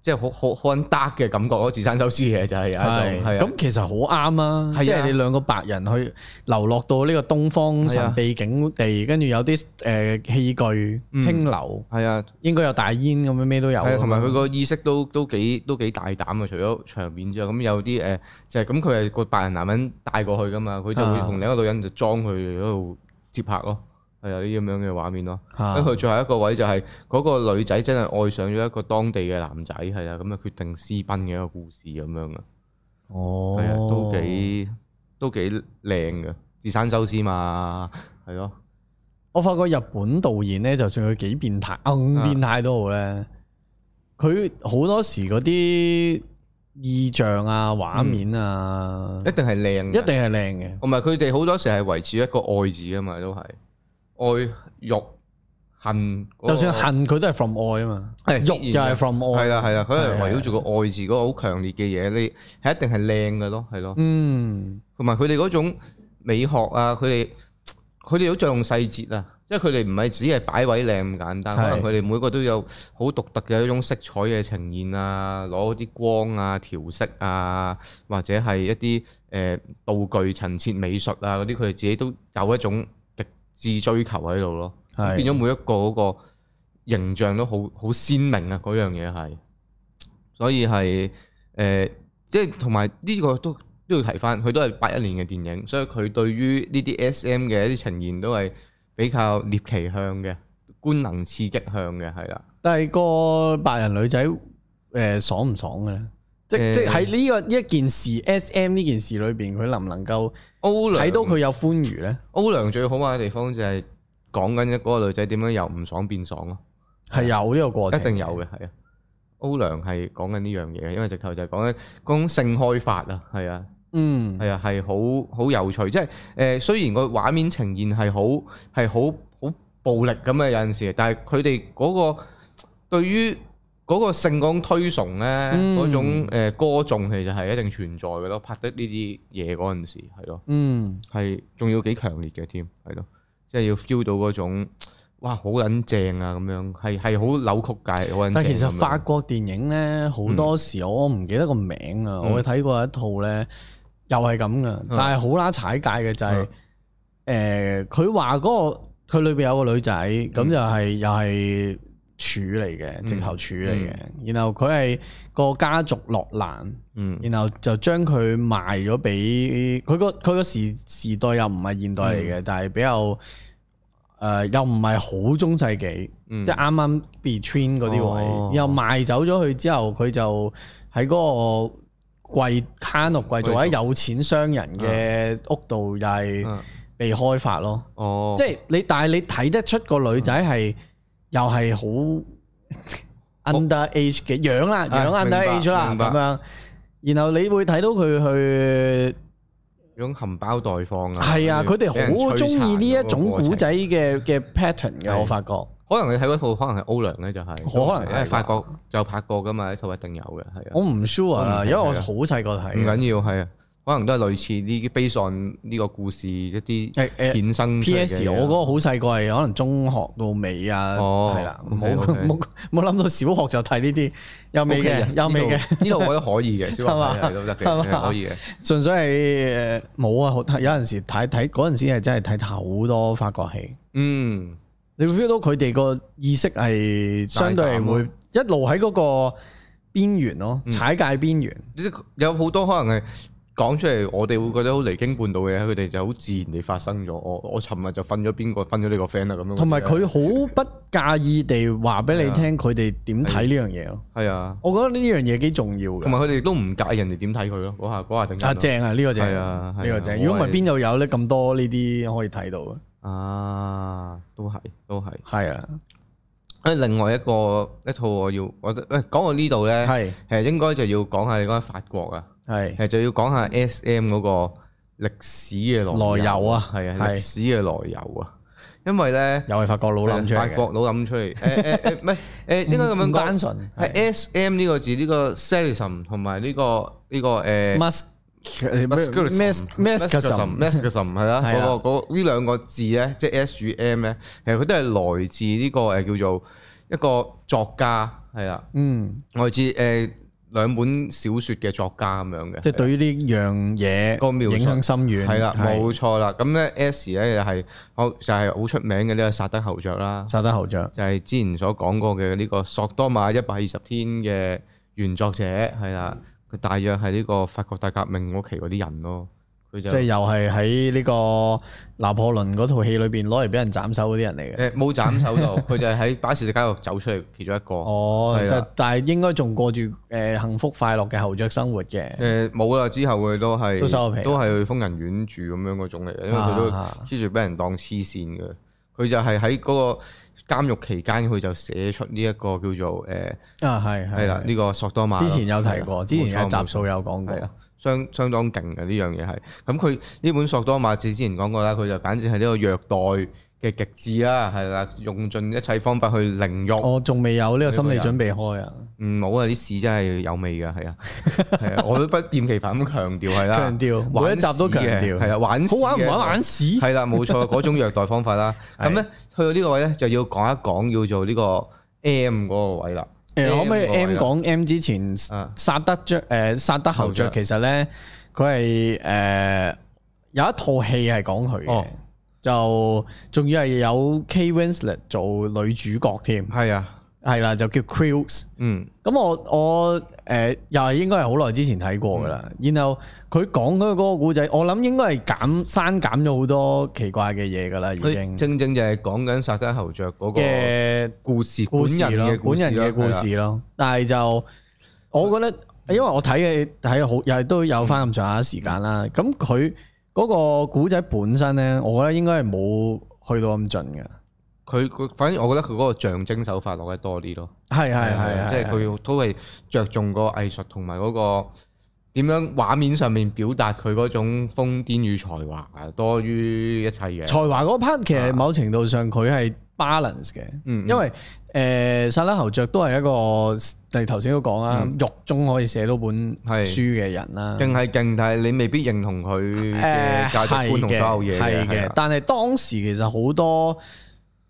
Speaker 1: 即係好好好撚 dark 嘅感覺咯。自山修斯嘅就係有一
Speaker 2: 係
Speaker 1: 種係啊
Speaker 2: 咁其實好啱
Speaker 1: 係啊
Speaker 2: 啊！即係你兩個白人去流落到呢個東方
Speaker 1: 係啊
Speaker 2: 神秘景地，跟住有啲誒器具清流，
Speaker 1: 係啊，
Speaker 2: 應該有大煙咁樣，咩都有
Speaker 1: 嗯係啊，
Speaker 2: 啊。
Speaker 1: 同埋佢個意識都都幾都幾大膽啊！除咗場面之外，咁有啲誒、呃就係咁，佢係個白人男人帶過去噶嘛，佢就會
Speaker 2: 啊
Speaker 1: 同另一個女人就裝佢嗰度接拍咯，係有啲咁樣嘅畫面咯。
Speaker 2: 啊
Speaker 1: 跟住佢最後一個位就係、嗰、個女仔真係愛上咗一個當地嘅男仔，係啦，咁啊決定私奔嘅一個故事咁樣啊，
Speaker 2: 哦
Speaker 1: 係啊、，都幾都幾靚嘅，自山修斯嘛，係咯，
Speaker 2: 我發覺日本導演咧，就算佢幾變態，硬變態都好咧，佢好多時嗰啲意象啊、畫面啊，
Speaker 1: 一定係靚嘅，
Speaker 2: 一定係靚嘅。
Speaker 1: 同埋佢哋好多時係維持一個愛字噶嘛，都係愛欲恨嗰個，
Speaker 2: 就算恨佢都係 from 愛啊嘛，
Speaker 1: 係
Speaker 2: 肉
Speaker 1: 必
Speaker 2: 又
Speaker 1: 哦然嘅
Speaker 2: 係 from 愛，
Speaker 1: 係啦係啦，佢係
Speaker 2: 係
Speaker 1: 圍繞住個愛字嗰個好強烈嘅嘢，你係一定係靚嘅咯，係咯。
Speaker 2: 嗯，
Speaker 1: 同埋佢哋嗰種美學啊，佢哋佢哋好着重細節啊，即係佢哋唔係只係擺位靚咁簡單，
Speaker 2: 係
Speaker 1: 可能佢哋每個都有好獨特嘅一種色彩嘅呈現啊，攞啲光啊、調色啊，或者係一啲誒、呃道具陳設美術啊嗰啲，佢哋自己都有一種極致追求喺度咯，
Speaker 2: 係
Speaker 1: 變咗每一個嗰個形象都好好鮮明啊，嗰樣嘢係，所以係誒。呃即係同埋呢個都都要提翻，佢都係八一年嘅電影，所以佢對於呢啲 S.M. 嘅一啲呈現都係比較獵奇向嘅，官能刺激向嘅，係啦。
Speaker 2: 但係個白人女仔誒、呃爽唔爽嘅咧？即
Speaker 1: 誒
Speaker 2: 即喺呢個呢一件事 S.M. 呢件事裏邊，佢能唔能夠
Speaker 1: 歐良
Speaker 2: 睇到佢有歡愉咧？
Speaker 1: 歐良最好玩嘅地方就係講緊一嗰個女仔點樣由唔爽變爽咯，
Speaker 2: 係有呢個過程，
Speaker 1: 一定有嘅，係啊。歐良係講緊呢樣嘢，因為直頭就係講緊嗰種性開發啊，係啊。
Speaker 2: 嗯，
Speaker 1: 係啊，係好好有趣，即係誒、呃，雖然個畫面呈現係好係好好暴力咁嘅有陣時，但係佢哋嗰個對於嗰個性嗰種推崇咧，
Speaker 2: 嗯
Speaker 1: 嗰、種、呃、歌頌其實係一定存在嘅咯。拍得呢啲嘢嗰陣時係咯，
Speaker 2: 嗯，
Speaker 1: 係仲要幾強烈嘅添，係咯，即係要 feel 到嗰種哇好撚正啊咁樣，係係好扭曲界好撚正咁樣。嗯
Speaker 2: 但其實法國電影咧好多時我唔記得個名啊，我睇過一套咧，又係咁
Speaker 1: 嗯
Speaker 2: 噶，但係好啦踩界嘅就係誒，佢話嗰個佢裏邊有個女仔，
Speaker 1: 嗯
Speaker 2: 咁就係又係處嚟嘅，直頭處嚟嘅，然後佢係個家族落難，
Speaker 1: 嗯
Speaker 2: 然後就將佢賣咗俾佢個佢個時時代又唔係現代嚟嘅，
Speaker 1: 嗯
Speaker 2: 但係比較。誒、又唔係好中世紀，
Speaker 1: 嗯
Speaker 2: 即係啱啱 between 嗰啲位，
Speaker 1: 哦
Speaker 2: 又賣走咗佢之後，佢就喺嗰個貴卡諾貴族或者有錢商人嘅屋度又係
Speaker 1: 啊
Speaker 2: 被開發咯。
Speaker 1: 嗯哦，
Speaker 2: 即係你，但係你睇得出個女仔係又係好 under age 嘅樣啦，
Speaker 1: 啊
Speaker 2: 樣 under age 啦
Speaker 1: 明白
Speaker 2: 咁樣。然後你會睇到佢去
Speaker 1: 種含苞待放啊，
Speaker 2: 係啊，佢哋
Speaker 1: 俾人
Speaker 2: 好
Speaker 1: 摧
Speaker 2: 中意
Speaker 1: 殘
Speaker 2: 呢
Speaker 1: 嗰
Speaker 2: 一
Speaker 1: 個
Speaker 2: 種
Speaker 1: 過程
Speaker 2: 古仔嘅嘅 pattern 嘅，
Speaker 1: 係
Speaker 2: 我發覺。
Speaker 1: 可能你睇嗰套可能係歐良咧，就係
Speaker 2: 可能係啊
Speaker 1: 因為法國有拍過噶嘛，呢套一定有嘅，係啊，
Speaker 2: 我唔 sure
Speaker 1: 我
Speaker 2: 啦，
Speaker 1: 唔
Speaker 2: 因為我
Speaker 1: 睇啊
Speaker 2: 好細個
Speaker 1: 唔緊
Speaker 2: 睇。
Speaker 1: 要係啊，可能都係類似呢啲 base on 呢個故事一啲
Speaker 2: 誒誒
Speaker 1: 衍生出嚟嘅
Speaker 2: P.S.
Speaker 1: 嘢
Speaker 2: 我嗰個好細個係可能中學到尾啊，
Speaker 1: 哦
Speaker 2: 係啦，冇
Speaker 1: OK，OK
Speaker 2: 冇冇諗到小學就睇呢啲，又未
Speaker 1: OK 啊
Speaker 2: 嘅，又未嘅，
Speaker 1: 呢度呢度我覺得可以嘅，小
Speaker 2: 係嘛
Speaker 1: 學係都得
Speaker 2: 係嘛
Speaker 1: 嘅，係可以嘅，
Speaker 2: 純粹係誒冇啊！好有陣時睇睇嗰陣時係真係睇好多法國戲，
Speaker 1: 嗯，
Speaker 2: 你會 feel 到佢哋個意識係相對係會一路喺嗰個邊緣咯，
Speaker 1: 嗯
Speaker 2: 踩界邊緣。
Speaker 1: 即係有好多可能係。講出嚟，我哋會覺得好離經叛道嘅嘢，佢哋就好自然地發生咗。我我尋日就瞓咗邊個，分咗呢個 friend 啦咁樣。啊
Speaker 2: 同埋佢好不介意地話俾你聽，佢哋點睇呢樣嘢咯。
Speaker 1: 係啊，
Speaker 2: 我覺得呢樣嘢幾重要
Speaker 1: 同
Speaker 2: 嘅。
Speaker 1: 埋佢哋都唔介意人哋點睇佢咯。嗰下嗰下定
Speaker 2: Dạ. 啊正啊，呢個正，
Speaker 1: 係啊係
Speaker 2: 呢
Speaker 1: 啊
Speaker 2: 個正。
Speaker 1: 我係
Speaker 2: 如果唔係邊度有咧咁多呢啲可以睇到嘅？
Speaker 1: 啊，都係都係。
Speaker 2: 係啊，
Speaker 1: 誒，另外一個一套我要，我覺得喂講到呢度咧，
Speaker 2: 係
Speaker 1: 其實應該就要講下你講緊法國啊，其
Speaker 2: 係
Speaker 1: 實就要講下 S.M. 嗰個歷史嘅
Speaker 2: 來由啊
Speaker 1: 係啊，
Speaker 2: 係
Speaker 1: 歷史嘅來由啊，因為咧
Speaker 2: 又係法國佬諗出
Speaker 1: 啊法
Speaker 2: 嚟嘅，
Speaker 1: 國佬諗出嚟，誒誒誒，唔係誒，應該咁樣
Speaker 2: 唔單
Speaker 1: 講，
Speaker 2: 純係
Speaker 1: 係 S.M. 呢個字，呢個 sadism 同埋呢個呢個誒。
Speaker 2: Musk
Speaker 1: Masculism
Speaker 2: masculism
Speaker 1: Masculism 係啦，啊
Speaker 2: 係啊啦
Speaker 1: 嗰個嗰呢兩個字咧，即係 S 與 M 咧，其實佢都係來自呢個誒叫做一個作家係啦，
Speaker 2: 嗯，
Speaker 1: 來自誒兩本小説嘅作家咁樣嘅，
Speaker 2: 即係對於呢樣嘢
Speaker 1: 個描述
Speaker 2: 影響深遠，
Speaker 1: 係啦，冇錯啦。咁咧 S 咧就係好就係好出名嘅呢個薩德侯爵啦，
Speaker 2: 殺得後著，
Speaker 1: 就係之前所講過嘅呢個索多瑪一百二十天嘅原作者係啦，佢大約係呢個法國大革命嗰期嗰啲人咯，佢
Speaker 2: 即
Speaker 1: 就
Speaker 2: 係又係喺呢個拿破崙嗰套戲裏邊攞嚟俾人斬首嗰啲人嚟嘅。
Speaker 1: 誒冇斬手度，佢就係喺巴士底監獄走出嚟其中一個。
Speaker 2: 哦，
Speaker 1: 係啦
Speaker 2: 就但係應該仲過住誒幸福快樂嘅後著生活嘅。
Speaker 1: 誒冇啦，之後佢都係
Speaker 2: 都收咗皮啊啦
Speaker 1: 都係去瘋人院住咁樣嗰種嚟嘅，因為佢都
Speaker 2: 啊
Speaker 1: keep 住俾人當黐線嘅。佢就係喺嗰個監獄期間，佢就寫出呢一個叫做誒
Speaker 2: 啊，係
Speaker 1: 係啦，呢個索多瑪咯。
Speaker 2: 之前有提過，之前
Speaker 1: 係啦啊
Speaker 2: 有
Speaker 1: 冇錯
Speaker 2: 集數有講過
Speaker 1: 係。啊，相相當勁嘅呢樣嘢係。咁佢呢本索多瑪字之前講過啦，佢就簡直係呢個虐嘅極致啦，係啦，用盡一切方法去凌辱。
Speaker 2: 我仲未有呢個心理準備開啊，
Speaker 1: 唔好啊！啲屎真係有味㗎， 係啊，係啊，我都不厭其煩咁強調係啦，
Speaker 2: 強調
Speaker 1: 玩
Speaker 2: 每一集都強調
Speaker 1: 屎嘅係啊，玩
Speaker 2: 好玩唔玩
Speaker 1: 玩
Speaker 2: 玩屎？
Speaker 1: 係啦，冇 錯，嗰種虐待方法啦。
Speaker 2: 係
Speaker 1: 咁咧去到呢個位咧，就要講一講要做呢個 M 嗰個位啦。
Speaker 2: 誒，可唔可以
Speaker 1: M 嗰個
Speaker 2: M
Speaker 1: 位啦
Speaker 2: 講 M 之前
Speaker 1: 啊
Speaker 2: 殺得雀誒殺得後
Speaker 1: 後
Speaker 2: 雀？
Speaker 1: 雀
Speaker 2: 其實咧佢係誒有一套戲係講佢嘅
Speaker 1: 哦，
Speaker 2: 就仲要係有 K Winslet 做女主角添，
Speaker 1: 係啊，
Speaker 2: 係啦，就叫 Quills。
Speaker 1: 嗯
Speaker 2: 咁我我誒、呃又係應該係好耐之前睇過噶
Speaker 1: 嗯
Speaker 2: 啦。然後佢講嗰個古仔，我諗應該係減刪減咗好多奇怪嘅嘢噶啦，已
Speaker 1: 佢
Speaker 2: 經
Speaker 1: 正正就係講緊殺得侯爵嗰個
Speaker 2: 嘅
Speaker 1: 故事，
Speaker 2: 故
Speaker 1: 本
Speaker 2: 事
Speaker 1: 人
Speaker 2: 咯
Speaker 1: 嘅，
Speaker 2: 本人
Speaker 1: 啦
Speaker 2: 嘅故。
Speaker 1: 係啊啦
Speaker 2: 事咯。但係就我覺得，因為我睇嘅睇好又係都有翻咁上下時間啦。咁佢嗰個古仔本身咧，我覺得應該係冇去到咁盡嘅。
Speaker 1: 佢佢反正我覺得佢嗰個象徵手法落得多啲咯。
Speaker 2: 係係
Speaker 1: 係啊
Speaker 2: 係，
Speaker 1: 即係佢都係着重個藝術同埋嗰個點樣畫面上面表達佢嗰種瘋癲與才華多於一切嘅。
Speaker 2: 才華嗰 part 其實某程度上佢係 balance 嘅，
Speaker 1: 嗯嗯
Speaker 2: 因為誒呃薩拉侯爵都係一個，你頭先都講啦，獄中可以寫到本
Speaker 1: 嗯係
Speaker 2: 書嘅人啦。
Speaker 1: 勁係勁，但係你未必認同佢嘅價值觀同所有嘢係
Speaker 2: 係嘅
Speaker 1: 啊。
Speaker 2: 但係當時其實好多，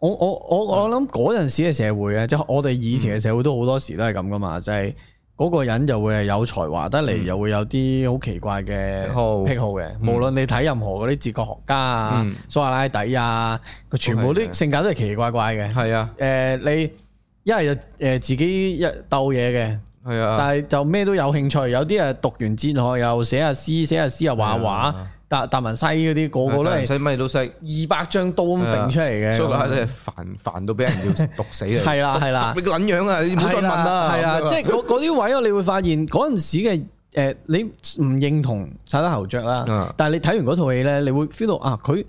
Speaker 2: 我我我我諗嗰陣時嘅社會啊咧，即係我哋以前嘅社會都好多時都係咁噶嘛，
Speaker 1: 嗯
Speaker 2: 就係嗰個人就會係有才華得嚟，又會有啲好奇怪嘅
Speaker 1: 癖好
Speaker 2: 癖好嘅。無論你睇任何嗰啲哲學家啊
Speaker 1: 嗯、
Speaker 2: 蘇格拉底啊，佢全部
Speaker 1: 都係
Speaker 2: 啲
Speaker 1: 嘅
Speaker 2: 性格都係奇奇怪怪嘅。
Speaker 1: 係啊，
Speaker 2: 誒，你一係就誒自己一鬥嘢嘅。
Speaker 1: 係啊，
Speaker 2: 但係就咩都有興趣，有啲啊讀完哲學又寫下詩，寫下詩又畫畫
Speaker 1: 係啊，
Speaker 2: 達達文西嗰啲個個都
Speaker 1: 唔
Speaker 2: 係
Speaker 1: 使乜嘢都識，
Speaker 2: 二百張刀咁揈出嚟嘅，
Speaker 1: 所以佢真係煩煩到俾人 要毒死你。
Speaker 2: 係啦係啦
Speaker 1: 毒，你個撚樣啊！你唔好再問啦。
Speaker 2: 係啦，
Speaker 1: 咁樣
Speaker 2: 即係嗰嗰啲位啊，你會發現嗰陣時嘅誒，你唔認同晒得侯爵啦
Speaker 1: 嗯，
Speaker 2: 但係你睇完嗰套戲咧，你會 feel 到啊，佢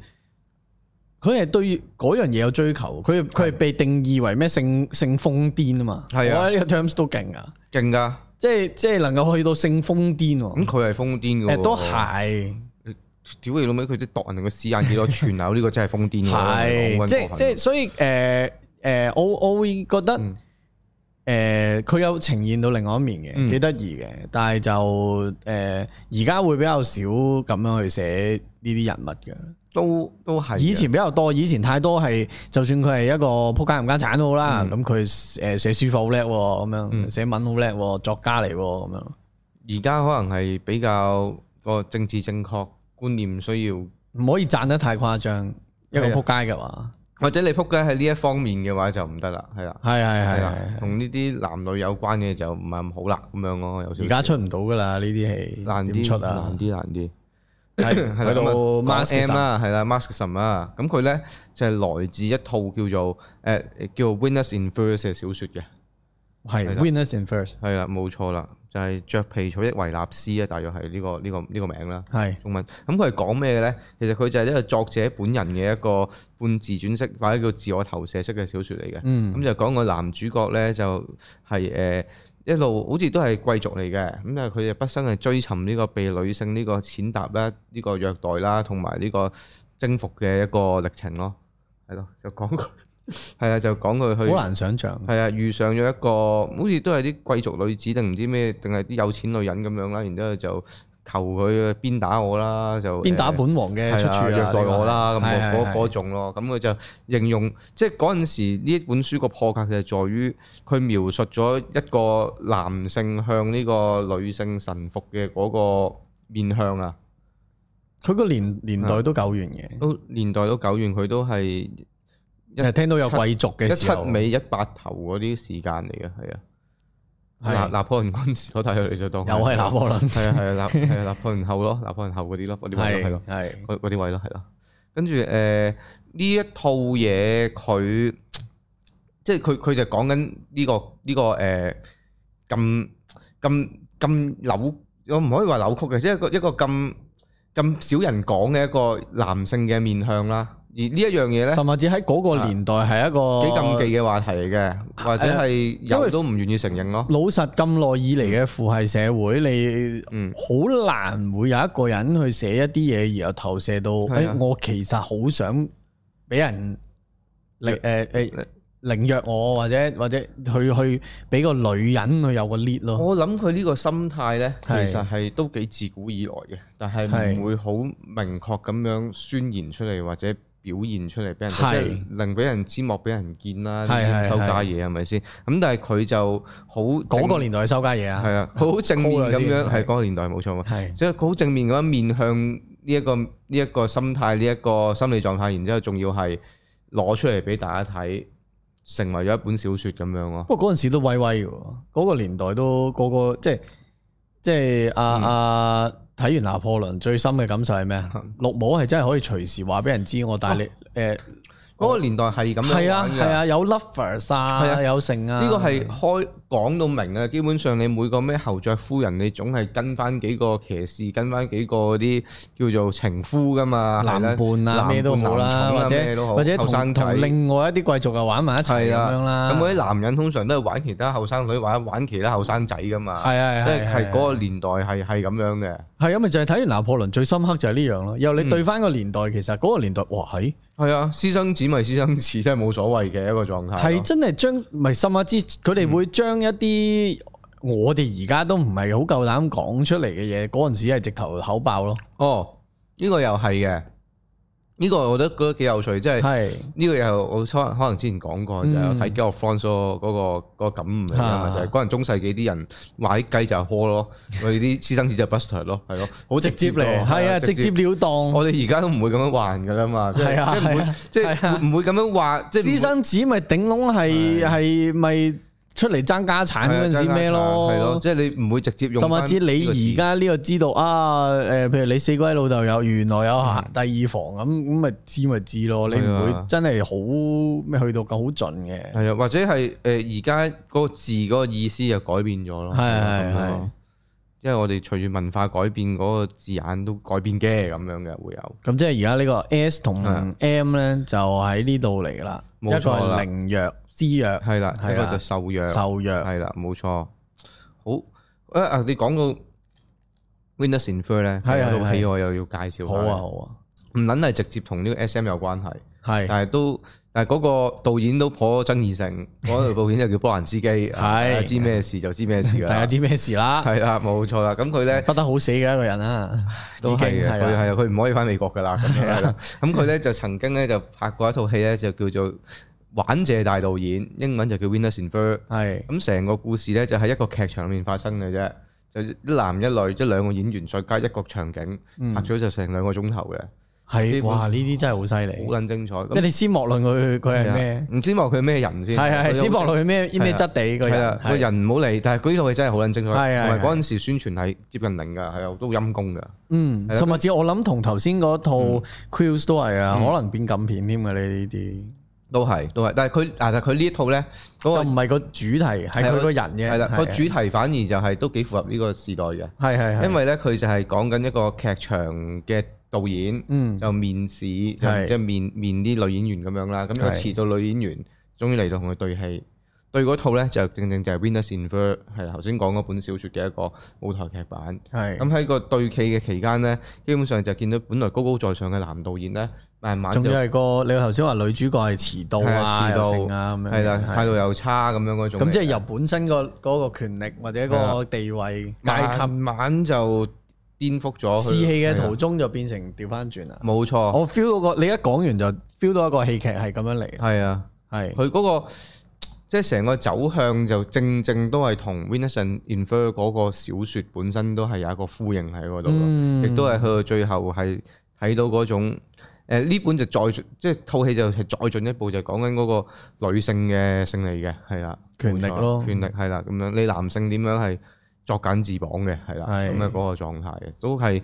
Speaker 2: 佢係對嗰樣嘢有追求，佢佢係被定義為咩性性瘋癲啊嘛，
Speaker 1: 係啊
Speaker 2: 我覺得呢個 terms 都勁啊，
Speaker 1: 勁㗎。
Speaker 2: 即係即係能夠去到性瘋癲喎。
Speaker 1: 咁佢係瘋癲㗎
Speaker 2: 誒
Speaker 1: 喎。
Speaker 2: 都係
Speaker 1: 屌你老味，佢啲度人哋個屎眼幾多寸啊！呢個真係瘋癲喎。
Speaker 2: 係，即係即係，所以誒誒，我我會覺得
Speaker 1: 嗯
Speaker 2: 誒佢有呈現到另外一面嘅，
Speaker 1: 嗯
Speaker 2: 幾得意嘅，但係就誒而家會比較少咁樣去寫呢啲人物
Speaker 1: 都都係
Speaker 2: 嘅，
Speaker 1: 嘅。
Speaker 2: 以前比較多，以前太多係，就算佢係一個仆街冚家產都好
Speaker 1: 嗯
Speaker 2: 啦，咁佢誒寫書法好叻喎，咁樣寫文好叻喎，作家嚟喎，咁樣
Speaker 1: 而家可能係比較個政治正確觀念需要，
Speaker 2: 唔可以讚得太誇張，一個
Speaker 1: 係啊
Speaker 2: 仆街嘅話，
Speaker 1: 或者你撲街喺呢一方面嘅話就唔得啦，係啊啦，
Speaker 2: 係係係
Speaker 1: 係
Speaker 2: 係
Speaker 1: 啦。，同呢啲男女有關嘅就唔係咁好啦，咁樣咯，有少
Speaker 2: 而
Speaker 1: 少
Speaker 2: 家出唔到噶啦呢啲戲，
Speaker 1: 難
Speaker 2: 點
Speaker 1: 啲，
Speaker 2: 出啊？
Speaker 1: 難啲，難啲。
Speaker 2: 係
Speaker 1: 係啦
Speaker 2: 去到
Speaker 1: 咁啊
Speaker 2: mask
Speaker 1: 講 M 啦，係啦，Maskism 啦，咁佢咧就係來自一套叫做誒叫做《Winners in Furs》嘅小説嘅，
Speaker 2: 係
Speaker 1: 係啦
Speaker 2: winners and first，
Speaker 1: 係啦，冇錯啦，就係《着皮草的維納斯》啊，大約係呢個呢個呢個名啦。
Speaker 2: 係
Speaker 1: 中文。咁佢係講咩嘅咧？其實佢就係呢個作者本人嘅一個半自傳式或者叫自我投射式嘅小説嚟嘅。咁、
Speaker 2: 嗯
Speaker 1: 就講個男主角咧就係、誒、一路好似都係貴族嚟嘅，咁但係佢就畢生係追尋呢個被女性呢個踐踏啦、呢、個虐待啦，同埋呢個征服嘅一個歷程咯。係咯，就講佢 係啊，就講佢去
Speaker 2: 好難想象，
Speaker 1: 係啊，遇上咗一個好似都係啲貴族女子定唔知咩，定係啲有錢女人咁樣啦，然之後就求佢鞭打我啦，就
Speaker 2: 邊打
Speaker 1: 誒
Speaker 2: 本王嘅
Speaker 1: 係
Speaker 2: 出處
Speaker 1: 啊
Speaker 2: 啊
Speaker 1: 虐待我啦，咁
Speaker 2: 係
Speaker 1: 嗰
Speaker 2: 係
Speaker 1: 嗰
Speaker 2: 係
Speaker 1: 嗰種咯，咁佢就形容即係嗰陣時呢一本書個破格就係在於佢描述咗一個男性向呢個女性臣服嘅嗰個面向啊，
Speaker 2: 佢個年年代都久遠嘅，
Speaker 1: 都年代都久遠，佢都係
Speaker 2: 就係聽到有貴族
Speaker 1: 一
Speaker 2: 嘅時
Speaker 1: 七
Speaker 2: 候，
Speaker 1: 尾一八頭嗰啲時間嚟嘅，係啊。拿
Speaker 2: 係
Speaker 1: 拿破崙嗰陣時，我睇佢哋就當
Speaker 2: 又係拿破崙
Speaker 1: 係啊係啊拿係啊拿破崙後咯， 拿破崙後嗰啲咯，嗰啲位咯係
Speaker 2: 係
Speaker 1: 咯，
Speaker 2: 係
Speaker 1: 嗰嗰啲位咯係咯。跟住誒呢一套嘢佢即係佢佢就講緊呢個呢個誒咁咁咁扭，我唔可以話扭曲嘅，即係一個一個咁咁少人講嘅一個男性嘅面向啦。而呢一樣嘢咧。
Speaker 2: 甚至喺嗰個年代係一
Speaker 1: 啊幾
Speaker 2: 個
Speaker 1: 禁忌嘅話題嚟嘅，或者係
Speaker 2: 哦啊因為
Speaker 1: 有都唔願意承認咯。
Speaker 2: 老實咁耐以嚟嘅父系社會，你
Speaker 1: 嗯
Speaker 2: 好難會有一個人去寫一啲嘢，然後投射到，哎
Speaker 1: 係啊
Speaker 2: 誒我其實好想俾人凌诶诶凌虐我，或者或者去去俾個女人去有個 lead 咯，
Speaker 1: 我諗佢呢個心態呢，其
Speaker 2: 哦係
Speaker 1: 實係都幾自古以來嘅，但係
Speaker 2: 係
Speaker 1: 唔會好明確咁樣宣言出嚟或者表現出嚟俾人睇，
Speaker 2: 係
Speaker 1: 即係能俾人知幕俾人見啦，
Speaker 2: 係係
Speaker 1: 呢啲收家嘢係咪先？咁但係佢就好
Speaker 2: 嗰個
Speaker 1: 正
Speaker 2: 年代係收家嘢啊，
Speaker 1: 係啊，佢好正面咁樣，
Speaker 2: 高咗先
Speaker 1: 係嗰個年代冇錯嘛，
Speaker 2: 係
Speaker 1: 即係佢好正面咁樣面向呢、一個呢一、個心態，呢、一個心理狀態，然之後仲要係攞出嚟俾大家睇，成為咗一本小説咁樣咯。
Speaker 2: 不過嗰陣時都威威嘅喎，嗰、個年代都個個即係即係啊
Speaker 1: 嗯
Speaker 2: 啊！睇完拿破崙最深嘅感受係咩啊？
Speaker 1: 嗯
Speaker 2: 綠帽係真係可以隨時話俾人知我，但係
Speaker 1: 哦
Speaker 2: 你呃誒
Speaker 1: 嗰、個年代係咁樣
Speaker 2: 係啊
Speaker 1: 玩嘅
Speaker 2: 係。啊，有 lovers
Speaker 1: 係啊
Speaker 2: 啊，有剩啊，
Speaker 1: 呢個係開講到明嘅，基本上你每個咩侯爵夫人，你總係跟翻幾個騎士，跟翻幾個嗰啲叫做情夫噶嘛，係啦
Speaker 2: 男伴
Speaker 1: 男
Speaker 2: 啊，
Speaker 1: 伴
Speaker 2: 咩都
Speaker 1: 男
Speaker 2: 好
Speaker 1: 寵
Speaker 2: 啦，
Speaker 1: 啊
Speaker 2: 或
Speaker 1: 咩都
Speaker 2: 者
Speaker 1: 好
Speaker 2: 或者
Speaker 1: 後生
Speaker 2: 同
Speaker 1: 仔
Speaker 2: 同另外一啲貴族啊玩埋一齊咁
Speaker 1: 係啊
Speaker 2: 樣啦。
Speaker 1: 咁嗰啲男人通常都係玩其他後生女，或者玩其他後生仔噶嘛，
Speaker 2: 係
Speaker 1: 即
Speaker 2: 啊係
Speaker 1: 係
Speaker 2: 啊
Speaker 1: 係
Speaker 2: 係
Speaker 1: 嗰個年代係係咁樣嘅，
Speaker 2: 係啊，咪就係睇完拿破崙最深刻就係呢樣咯。又
Speaker 1: 嗯
Speaker 2: 你對翻個年代，其實嗰個年代哇係
Speaker 1: 係啊，私生子咪私生子，真係冇所謂嘅一個狀態咯。
Speaker 2: 啊係真係將咪深刻之，佢哋會將一啲我哋而家都唔係好夠膽講出嚟嘅嘢，嗰陣時係直頭口爆咯。
Speaker 1: 哦，呢個又係嘅，呢個我覺得覺得幾有趣，即係。
Speaker 2: 係
Speaker 1: 呢個又我可能可能之前講過，就
Speaker 2: 嗯
Speaker 1: 係我睇《Game of Thrones》嗰個嗰個感悟嚟㗎嘛，
Speaker 2: 啊
Speaker 1: 就係嗰陣中世紀啲人買雞就係 h 咯，佢啲私生子就係 Buster 咯，係咯，好
Speaker 2: 好直接嚟，
Speaker 1: 咯
Speaker 2: 係啊，直接。了當。
Speaker 1: 我哋而家都唔會咁樣還㗎啦嘛，即
Speaker 2: 係啊係
Speaker 1: 係
Speaker 2: 啊
Speaker 1: 即
Speaker 2: 係
Speaker 1: 係
Speaker 2: 啊
Speaker 1: 唔會唔會咁樣話，即係唔會啊
Speaker 2: 私生子咪頂籠係係咪出嚟爭家產嗰陣時咩咯？
Speaker 1: 係啊咯，即係你唔會直接用返
Speaker 2: 甚至
Speaker 1: 呢個字
Speaker 2: 你而家呢個知道啊，誒，譬如你四龜老豆有，原來有下第二房咁，咁咪知咪知咯，你唔
Speaker 1: 嗯係啊
Speaker 2: 會真係好咩去到咁好盡嘅，
Speaker 1: 係啊，或者係誒而家嗰個字嗰個意思就改變咗咯，
Speaker 2: 係
Speaker 1: 咁樣
Speaker 2: 係
Speaker 1: 咯
Speaker 2: 係，
Speaker 1: 因為我哋隨住文化改變嗰個字眼都改變嘅咁樣嘅會有。
Speaker 2: 咁即係而家呢個 S
Speaker 1: 係啊
Speaker 2: 同 M 咧就喺呢度嚟啦，一
Speaker 1: 冇
Speaker 2: 個
Speaker 1: 錯啦
Speaker 2: 係凌弱、施弱、
Speaker 1: 係啦，
Speaker 2: 係
Speaker 1: 一
Speaker 2: 啦
Speaker 1: 個就受弱，
Speaker 2: 受弱，
Speaker 1: 係啊啦，冇錯。好啊啊！你講到 Windows i n f e r 咧，
Speaker 2: 係
Speaker 1: 有
Speaker 2: 係
Speaker 1: 套戲我又要介紹下。
Speaker 2: 好啊，好啊，
Speaker 1: 唔撚係直接同呢個 SM 有關係，
Speaker 2: 係
Speaker 1: 但係啊都但係嗰個導演都頗爭議 性。嗰個導演就叫波蘭斯基，係知咩事就知咩事㗎
Speaker 2: 大家
Speaker 1: 啦。
Speaker 2: 知咩事啦，
Speaker 1: 啊係啦，冇錯啦。咁佢咧。
Speaker 2: 不得好死嘅一個人啊，
Speaker 1: 都係嘅，
Speaker 2: 已經係
Speaker 1: 佢
Speaker 2: 啦
Speaker 1: 係啊佢唔可以翻美國噶 啦，咁樣係啦。咁佢咧就曾經咧就拍過一套戲咧，就叫做《玩謝大導演》，英文就叫《Venus in Fur》。
Speaker 2: 係
Speaker 1: 咁成個故事咧就喺一個劇場裏面發生嘅啫，就一男一女，即係兩個演員再加一個場景，
Speaker 2: 嗯
Speaker 1: 拍咗就成兩個鐘頭嘅，好基
Speaker 2: 係
Speaker 1: 本
Speaker 2: 哇，呢啲真係好犀利，
Speaker 1: 撚精彩。
Speaker 2: 即係
Speaker 1: 咁啊
Speaker 2: 你先莫論佢佢係咩。
Speaker 1: 唔知望佢咩人先？
Speaker 2: 係係係，
Speaker 1: 佢
Speaker 2: 史博
Speaker 1: 好
Speaker 2: 落去咩咩質地個
Speaker 1: 係
Speaker 2: 人
Speaker 1: 啦，，個人唔好理，但係佢呢套戲真係好撚精彩，
Speaker 2: 係係
Speaker 1: 同埋嗰陣時宣傳係接近零㗎，係啊，都陰公㗎。
Speaker 2: 嗯
Speaker 1: 係，啦
Speaker 2: 甚至我諗同頭先嗰套 Quills 都係啊，可能變禁片添嘅呢啲，
Speaker 1: 都係都係，但係佢啊，但係佢呢一套咧，
Speaker 2: 就
Speaker 1: 嗰
Speaker 2: 唔係個主題，係佢個人
Speaker 1: 個
Speaker 2: 嘅，
Speaker 1: 係啦，
Speaker 2: 係啊
Speaker 1: 個主題反而就係都幾符合呢個時代嘅，
Speaker 2: 係係係，
Speaker 1: 因為咧佢就係講緊一個劇場嘅導演。
Speaker 2: 嗯
Speaker 1: 就面試，就
Speaker 2: 係
Speaker 1: 即係面面啲女演員咁樣啦。咁有個
Speaker 2: 係
Speaker 1: 遲到女演員，終於嚟到同佢對戲。對嗰套咧就正正就係《Venus in Fur》，係啦頭先講嗰本小説嘅一個舞台劇版。
Speaker 2: 係
Speaker 1: 咁喺個對戲嘅期間咧，基本上就見到本來高高在上嘅男導演咧，慢慢
Speaker 2: 仲
Speaker 1: 就
Speaker 2: 要係個你頭先話女主角係遲到
Speaker 1: 係
Speaker 2: 啊，
Speaker 1: 遲到
Speaker 2: 又剩啊咁樣，
Speaker 1: 係啦，
Speaker 2: 係
Speaker 1: 態度又差咁樣嗰種嚟嘅。
Speaker 2: 咁即係由本身個嗰個權力或者個地位階
Speaker 1: 慢
Speaker 2: 級
Speaker 1: 慢就顛覆咗佢
Speaker 2: 試戲嘅途
Speaker 1: 係啊
Speaker 2: 中就變成調翻轉啦。
Speaker 1: 冇錯，
Speaker 2: 我 feel 到個你一講完就 feel 到一個戲劇係咁樣嚟，
Speaker 1: 係啊。
Speaker 2: 係
Speaker 1: 佢嗰、個即係成個走向就正正都係同 w i n n e s o n Infer 嗰個小説本身都係有一個呼應喺嗰度咯，
Speaker 2: 嗯
Speaker 1: 亦都係去到最後係睇到嗰種呃呢、本就再即係套戲就係再進一步就講緊嗰個女性嘅勝利嘅係啦，
Speaker 2: 權力
Speaker 1: 冇錯
Speaker 2: 咯
Speaker 1: 權力係啦咁樣，你男性點樣係作茧自綁嘅係啦，
Speaker 2: 係
Speaker 1: 咁嘅嗰個狀態嘅都係。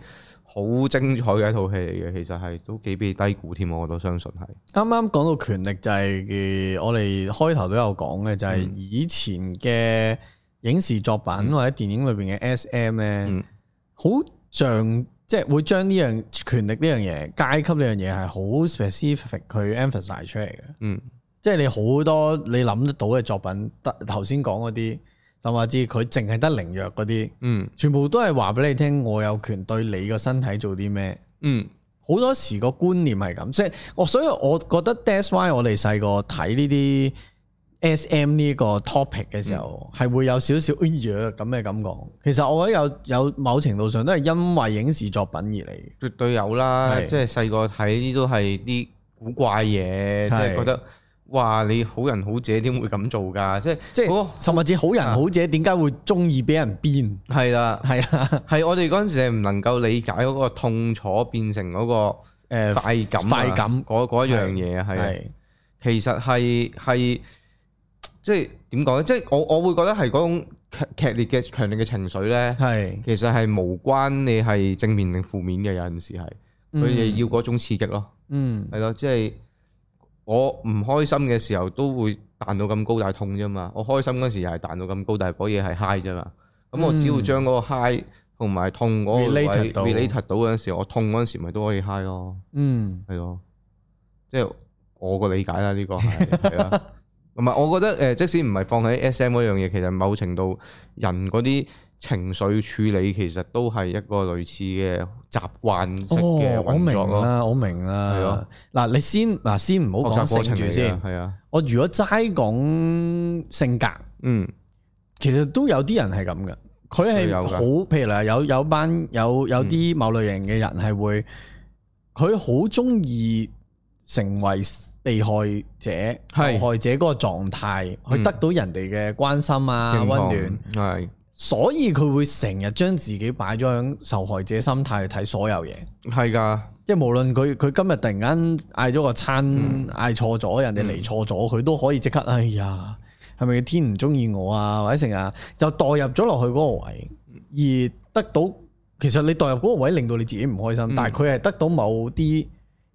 Speaker 1: 好精彩嘅一套戲嚟嘅，其實係都幾被低估添，我都相信係。
Speaker 2: 啱啱講到權力就係、呃我哋開頭都有講嘅，就係、
Speaker 1: 嗯
Speaker 2: 以前嘅影視作品或者電影裏邊嘅 S.M.
Speaker 1: 嗯
Speaker 2: 咧，好、像即係會將呢樣權力呢樣嘢、階級呢樣嘢係好 specific 去 emphasize 出嚟嘅。
Speaker 1: 嗯，
Speaker 2: 即係你好多你諗得到嘅作品，得頭先講嗰啲，甚至佢淨係得凌弱嗰啲，
Speaker 1: 嗯，
Speaker 2: 全部都係話俾你聽，我有權對你個身體做啲咩。
Speaker 1: 嗯，
Speaker 2: 好好多時個觀念係咁，即係我所以我覺得 that's why 我哋細個睇呢啲 S.M 呢個 topic 嘅時候，係、會有少少哎呀咁嘅感覺。其實我覺得有有某程度上都係因為影視作品而嚟嘅。
Speaker 1: 絕對有啦，
Speaker 2: 係
Speaker 1: 即係細個睇啲都係啲古怪嘢，
Speaker 2: 係
Speaker 1: 即係覺得哇你好人好姐點會咁做㗎？即係
Speaker 2: 即係
Speaker 1: 嗰個
Speaker 2: 甚至好人好者點解會中意俾人鞭？
Speaker 1: 係啦，
Speaker 2: 係啊啦，
Speaker 1: 係我哋嗰陣時係唔能夠理解嗰個痛楚變成嗰個
Speaker 2: 誒
Speaker 1: 快感啊、
Speaker 2: 快感
Speaker 1: 嗰嗰一樣嘢啊係。
Speaker 2: 係
Speaker 1: 其實係係即係點講咧？即係我我會覺得係嗰種劇劇烈嘅強烈嘅情緒咧，
Speaker 2: 係
Speaker 1: 其實係無關你係正面定負面嘅，有陣時係佢哋要嗰種刺激咯，
Speaker 2: 嗯
Speaker 1: 係咯，即係我唔開心嘅時候都會彈到咁高，但係痛啫嘛。我開心嗰時又係彈到咁高，但係嗰嘢係 high 啫嘛。咁我只要將嗰個 high 同埋痛嗰個位
Speaker 2: Related 到
Speaker 1: relate 到嗰陣時，我痛嗰陣時咪都可以 high 咯。
Speaker 2: 嗯
Speaker 1: 係咯，即係我個理解啦，呢、個係係 啦。同埋我覺得誒、呃即使唔係放喺 S.M 嗰樣嘢，其實某程度人嗰啲情緒處理其實都係一個類似嘅習慣式嘅
Speaker 2: 哦，我
Speaker 1: 運
Speaker 2: 明
Speaker 1: 作咯。
Speaker 2: 啦，我明
Speaker 1: 係咯
Speaker 2: 啦。嗱，你先嗱先唔好
Speaker 1: 學習
Speaker 2: 講
Speaker 1: 過
Speaker 2: 性
Speaker 1: 程
Speaker 2: 住
Speaker 1: 嚟嘅，。
Speaker 2: 先
Speaker 1: 係啊，
Speaker 2: 我如果齋講性格，
Speaker 1: 嗯，
Speaker 2: 其實都有啲人係咁嘅。佢
Speaker 1: 都
Speaker 2: 係
Speaker 1: 有㗎嗯
Speaker 2: 好，譬如嗱，有有班有有啲某類型嘅人係會，佢好中意成為被害者、
Speaker 1: 係
Speaker 2: 受害者嗰個狀態，去
Speaker 1: 嗯
Speaker 2: 得到人哋嘅關心啊、
Speaker 1: 認
Speaker 2: 温
Speaker 1: 同
Speaker 2: 暖。
Speaker 1: 係
Speaker 2: 所以佢會成日將自己擺咗喺受害者心態去睇所有嘢，
Speaker 1: 係㗎，
Speaker 2: 即係無論佢佢今日突然間嗌咗個餐嗌錯咗，人哋嚟錯咗，佢都可以即刻哎呀，係咪天唔中意我啊？或者成日就代入咗落去嗰個位，而得到其實你代入嗰個位令到你自己唔開心，但係佢係得到某啲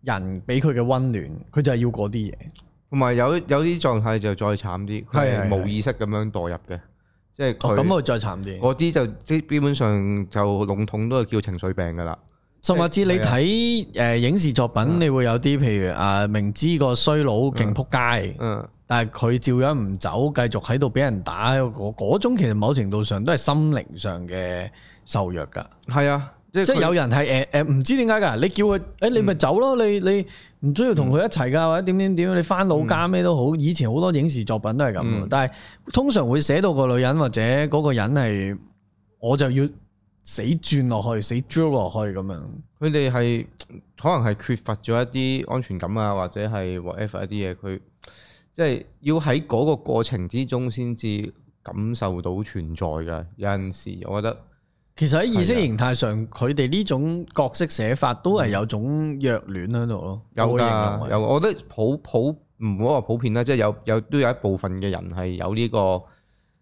Speaker 2: 人俾佢嘅温暖，佢就係要嗰啲嘢。
Speaker 1: 同埋有有啲狀態就再慘啲，
Speaker 2: 係
Speaker 1: 佢
Speaker 2: 係
Speaker 1: 係無意識咁樣墮入嘅，即係
Speaker 2: 哦，咁
Speaker 1: 佢
Speaker 2: 我再慘啲。
Speaker 1: 嗰啲就即基本上就籠統都係叫情緒病㗎啦。
Speaker 2: 甚至你睇誒影視作品，你會有啲譬如啊，明知個衰佬勁撲街，
Speaker 1: 嗯，
Speaker 2: 但係佢照樣唔走，繼續喺度俾人打，嗰嗰種其實某程度上都係心靈上嘅受虐㗎。
Speaker 1: 係啊，即係
Speaker 2: 即係
Speaker 1: 佢嗯
Speaker 2: 有人係誒誒唔知點解㗎，你叫佢誒你咪走咯，你你唔需要同佢一齊㗎，或者點點點，你翻老
Speaker 1: 嗯
Speaker 2: 家咩都好。以前好多影視作品都係咁㗎，但係通常會寫到個女人或者嗰個人係，我就要死轉落去，死 drill 落去咁樣。
Speaker 1: 佢哋係可能係缺乏咗一啲安全感啊，或者係 whatever 一啲嘢，佢即係要喺嗰個過程之中先至感受到存在㗎。有陣時，我覺得
Speaker 2: 其實喺
Speaker 1: 啊
Speaker 2: 意識形態上，佢哋呢種角色寫法都係有種虐戀喺度咯。
Speaker 1: 嗯有
Speaker 2: 我會形容啊
Speaker 1: 㗎，
Speaker 2: 為
Speaker 1: 有我覺得普普唔好話普遍啦，即係有有都有一部分嘅人係有呢個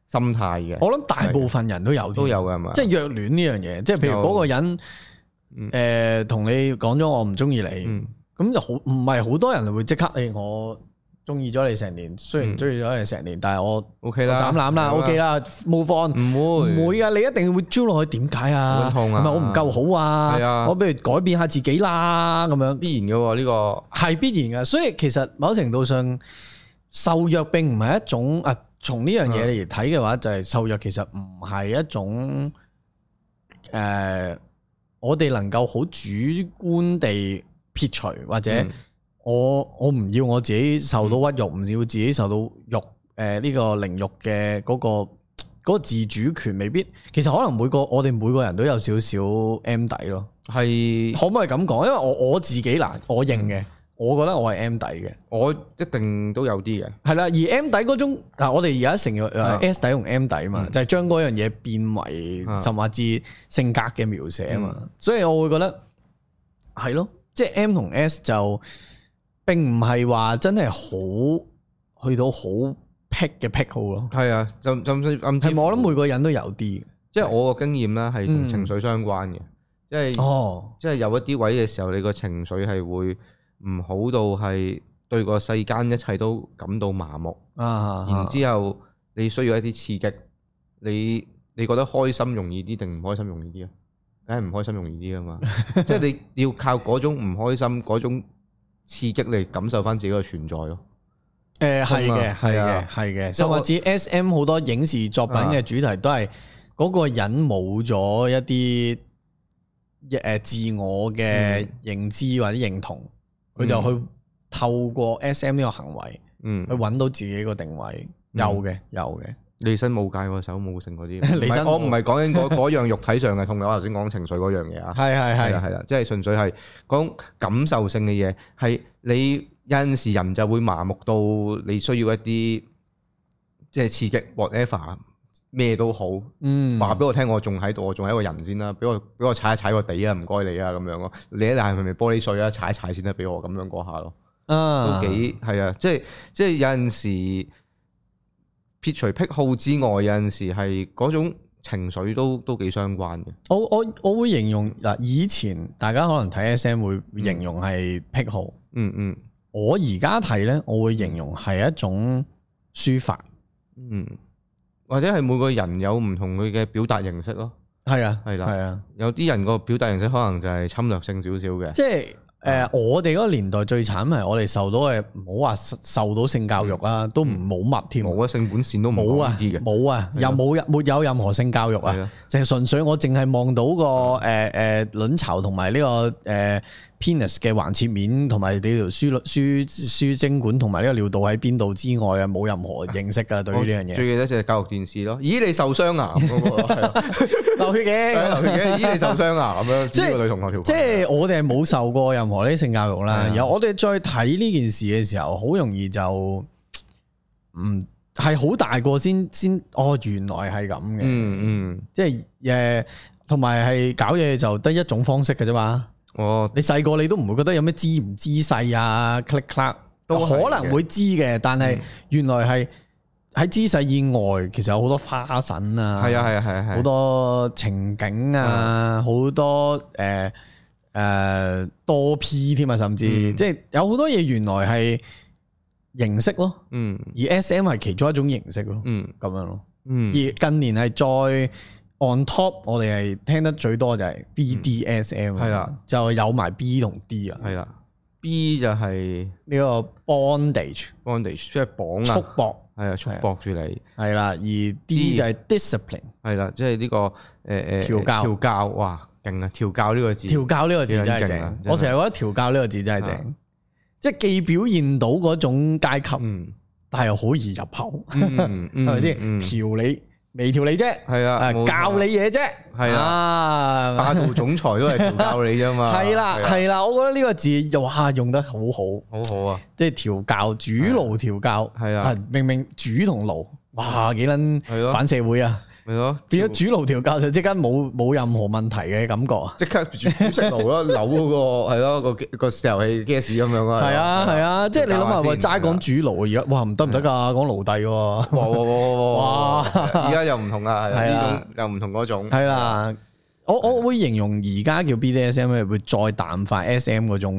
Speaker 1: 心態嘅，
Speaker 2: 我諗大部分人都有添
Speaker 1: 都，有㗎係嘛？
Speaker 2: 即係虐戀呢樣嘢。即係譬如
Speaker 1: 有
Speaker 2: 嗰個人，誒同你講咗我唔中意你，
Speaker 1: 嗯
Speaker 2: 咁就好唔係好多人會即刻誒我中意咗你成年，雖然
Speaker 1: 嗯
Speaker 2: 中意咗你成年，但係我
Speaker 1: ，OK
Speaker 2: 我
Speaker 1: 啦，
Speaker 2: 斬攬啦，OK
Speaker 1: 啦，
Speaker 2: 啦，move on。
Speaker 1: 唔會
Speaker 2: 唔會啊！你一定會追落去，點解啊？
Speaker 1: 會
Speaker 2: 係
Speaker 1: 痛啊
Speaker 2: 咪我唔夠好
Speaker 1: 係
Speaker 2: 啊？
Speaker 1: 啊
Speaker 2: 我不如改變下自己啦，咁樣。
Speaker 1: 必然嘅喎呢個，
Speaker 2: 係必然嘅，所以其實某程度上受虐並唔係一種啊，從呢樣嘢嚟睇嘅話，就係、受虐其實唔係一種誒、呃我哋能夠好主觀地撇除或者
Speaker 1: 嗯
Speaker 2: 我我唔要我自己受到屈辱，唔、要自己受到辱誒呢、個凌辱嘅嗰、個嗰個自主權，未必其實可能每個我哋每個人都有少少 M 底咯。
Speaker 1: 係
Speaker 2: 可唔可以咁講？因為我我自己嗱，我認嘅，我覺得我係 M 底嘅，
Speaker 1: 我一定都有啲嘅，
Speaker 2: 係啦。而 M 底嗰種嗱，我哋而家成日話 S 底同 M 底嘛，就係將嗰樣嘢變為
Speaker 1: 啊
Speaker 2: 甚至性格嘅描寫啊嘛。所以我會覺得係咯，即係 M 同 S 就並唔係話真係好去到好癖嘅癖好咯。
Speaker 1: 係啊，就就甚至
Speaker 2: 係我諗每個人都有啲嘅
Speaker 1: 即係我個經驗啦，係同情緒相關嘅，即係
Speaker 2: 哦，
Speaker 1: 即係有一啲位嘅時候，你個情緒係會唔好到係對個世間一切都感到麻木，
Speaker 2: 啊，
Speaker 1: 然之後你需要一啲刺激，你你覺得開心容易啲定唔開心容易啲啊？梗係唔開心容易啲 啊嘛，即係你要靠嗰種唔開心嗰種刺激嚟感受翻自己嘅存在咯。
Speaker 2: 誒呃係嘅，係
Speaker 1: 係
Speaker 2: 嘅
Speaker 1: 啊，
Speaker 2: 係嘅，
Speaker 1: 因為我啊
Speaker 2: 甚至 S.M. 好多影視作品嘅主題都係嗰個人冇咗一啲诶自我嘅
Speaker 1: 嗯
Speaker 2: 認知或者認同，佢就去透過 S.M. 呢個行為
Speaker 1: 嗯
Speaker 2: 去，揾到自己個定
Speaker 1: 嗯
Speaker 2: 位。有嘅，有嘅，
Speaker 1: 你身冇戒喎，手冇剩 嗰啲。
Speaker 2: 離身
Speaker 1: 唔係我唔
Speaker 2: 冇
Speaker 1: 係講緊嗰嗰樣肉體上嘅痛嘅，我頭先講情緒嗰樣嘢啊。
Speaker 2: 係
Speaker 1: 係
Speaker 2: 係
Speaker 1: 啦
Speaker 2: 係，
Speaker 1: 係啦，即係純粹係講感受性嘅嘢，係你有陣時人就會麻木到你需要一啲即係刺激 whatever 咩都好，
Speaker 2: 嗯，
Speaker 1: 話俾我聽，我仲喺度，我仲係一個人先啦，俾我俾我踩一踩個地啊，唔該你啊咁樣咯。你一係咪咪玻璃碎啊，踩一踩先得俾我咁樣嗰下咯，
Speaker 2: 啊
Speaker 1: 都幾係啊，即係即係有陣時撇除癖好之外，有陣時係嗰種情緒都都幾相關嘅。
Speaker 2: 我我我會形容嗱，以前大家可能睇 S.M. 會形容係癖好，
Speaker 1: 嗯嗯
Speaker 2: 我而家睇咧，我會形容係一種抒發，
Speaker 1: 嗯，或者係每個人有唔同佢嘅表達形式咯。
Speaker 2: 係啊，
Speaker 1: 係啦
Speaker 2: 係啊，
Speaker 1: 有啲人個表達形式可能就係侵略性少少嘅。
Speaker 2: 即係诶，呃我哋嗰個年代最慘係我哋受到嘅，唔好話受受到性教育啦，都唔冇乜添，
Speaker 1: 嗯冇啊，性本善都唔
Speaker 2: 冇
Speaker 1: 講呢
Speaker 2: 啊，
Speaker 1: 啲嘅。
Speaker 2: 冇啊，又冇任没有任何性教育
Speaker 1: 係
Speaker 2: 啊
Speaker 1: 啊，
Speaker 2: 淨係純粹我淨係望到個诶诶卵巢同埋呢個诶 penis 嘅橫切面，同埋你條輸輸輸精管同埋呢個尿道喺邊度之外啊，冇任何認識噶對於呢樣
Speaker 1: 我
Speaker 2: 嘢，
Speaker 1: 最記得就係教育電視咯。咦，你受傷啊？咁嗰 個啊係啊
Speaker 2: 流血 嘅。
Speaker 1: 咦你受傷啊？咁樣
Speaker 2: 即係
Speaker 1: 呢個女同學條裙
Speaker 2: 即係我哋係冇受過任何呢啲性教育
Speaker 1: 係
Speaker 2: 啦
Speaker 1: 啊，
Speaker 2: 有我哋再睇呢件事嘅時候，好容易就唔係好大個先先哦，原來係咁嘅，
Speaker 1: 嗯嗯，
Speaker 2: 即係诶，同埋係搞嘢就得一種方式嘅啫嘛。
Speaker 1: 我
Speaker 2: 你細個你都唔會覺得有咩知唔知勢啊，click clack
Speaker 1: 都係嘅嗯
Speaker 2: 可能會知嘅，但係原來係喺姿勢以外，其實有好多花神啊，
Speaker 1: 係啊係啊係啊嗯係
Speaker 2: 好多情景啊，好多誒誒多 P 添啊，甚至、
Speaker 1: 嗯
Speaker 2: 即係有好多嘢原來係形式咯，
Speaker 1: 嗯
Speaker 2: 而 SM 係其中一種形式咯，
Speaker 1: 嗯
Speaker 2: 咁樣咯。而
Speaker 1: 嗯
Speaker 2: 近年係再 on top，我哋係聽得最多就係
Speaker 1: 嗯
Speaker 2: BDSM，
Speaker 1: 係啦，
Speaker 2: 啊就係有埋 B 同 D 啊，
Speaker 1: 係啦，B 就係
Speaker 2: 呢個 bondage
Speaker 1: bondage，即係綁
Speaker 2: 束
Speaker 1: 啊，
Speaker 2: 縛
Speaker 1: 係啊，束縛住你，
Speaker 2: 係啦，而 D 就係 discipline
Speaker 1: 係啦，即係呢個誒誒
Speaker 2: 調教
Speaker 1: 調教，哇，勁啊！調教呢個字，
Speaker 2: 調教呢個字真係
Speaker 1: 幾撚勁啊
Speaker 2: 正，
Speaker 1: 真係啊
Speaker 2: 我成日覺得調教呢個字真係正，即係既表現到嗰種階級，
Speaker 1: 嗯
Speaker 2: 但係又好易入口，
Speaker 1: 嗯嗯，
Speaker 2: 係咪先？
Speaker 1: 嗯
Speaker 2: 調你微調你啫，
Speaker 1: 係啊
Speaker 2: 啊
Speaker 1: 冇錯
Speaker 2: 教你嘢啫，
Speaker 1: 係啊
Speaker 2: 啊
Speaker 1: 霸道總裁都係調教你啫 嘛，
Speaker 2: 係啦，
Speaker 1: 啊，
Speaker 2: 係啦，我覺得呢個字又哇用得好好，
Speaker 1: 好好啊，
Speaker 2: 即係調教主奴調教，
Speaker 1: 係啊，
Speaker 2: 明明主同奴，哇幾
Speaker 1: 係
Speaker 2: 撚
Speaker 1: 咯
Speaker 2: 反社會啊！
Speaker 1: 咪咯，
Speaker 2: 變咗主奴調教就即刻冇冇任何問題嘅感覺啊！
Speaker 1: 即刻煮食爐咯，扭嗰個係咯個個油氣 gas 咁樣啊，
Speaker 2: 係啊係啊，即係你諗下，喂，
Speaker 1: 調教下
Speaker 2: 齋
Speaker 1: 先啊
Speaker 2: 講主奴而家，哇唔得唔得㗎，講奴隸喎，
Speaker 1: 哇哇哇哇！
Speaker 2: 哇
Speaker 1: 而家又唔同啦，係啊
Speaker 2: 係啊
Speaker 1: 呢種又唔同嗰種。
Speaker 2: 係啦。我我會形容而家叫 BDSM 會再淡化 SM 嗰種，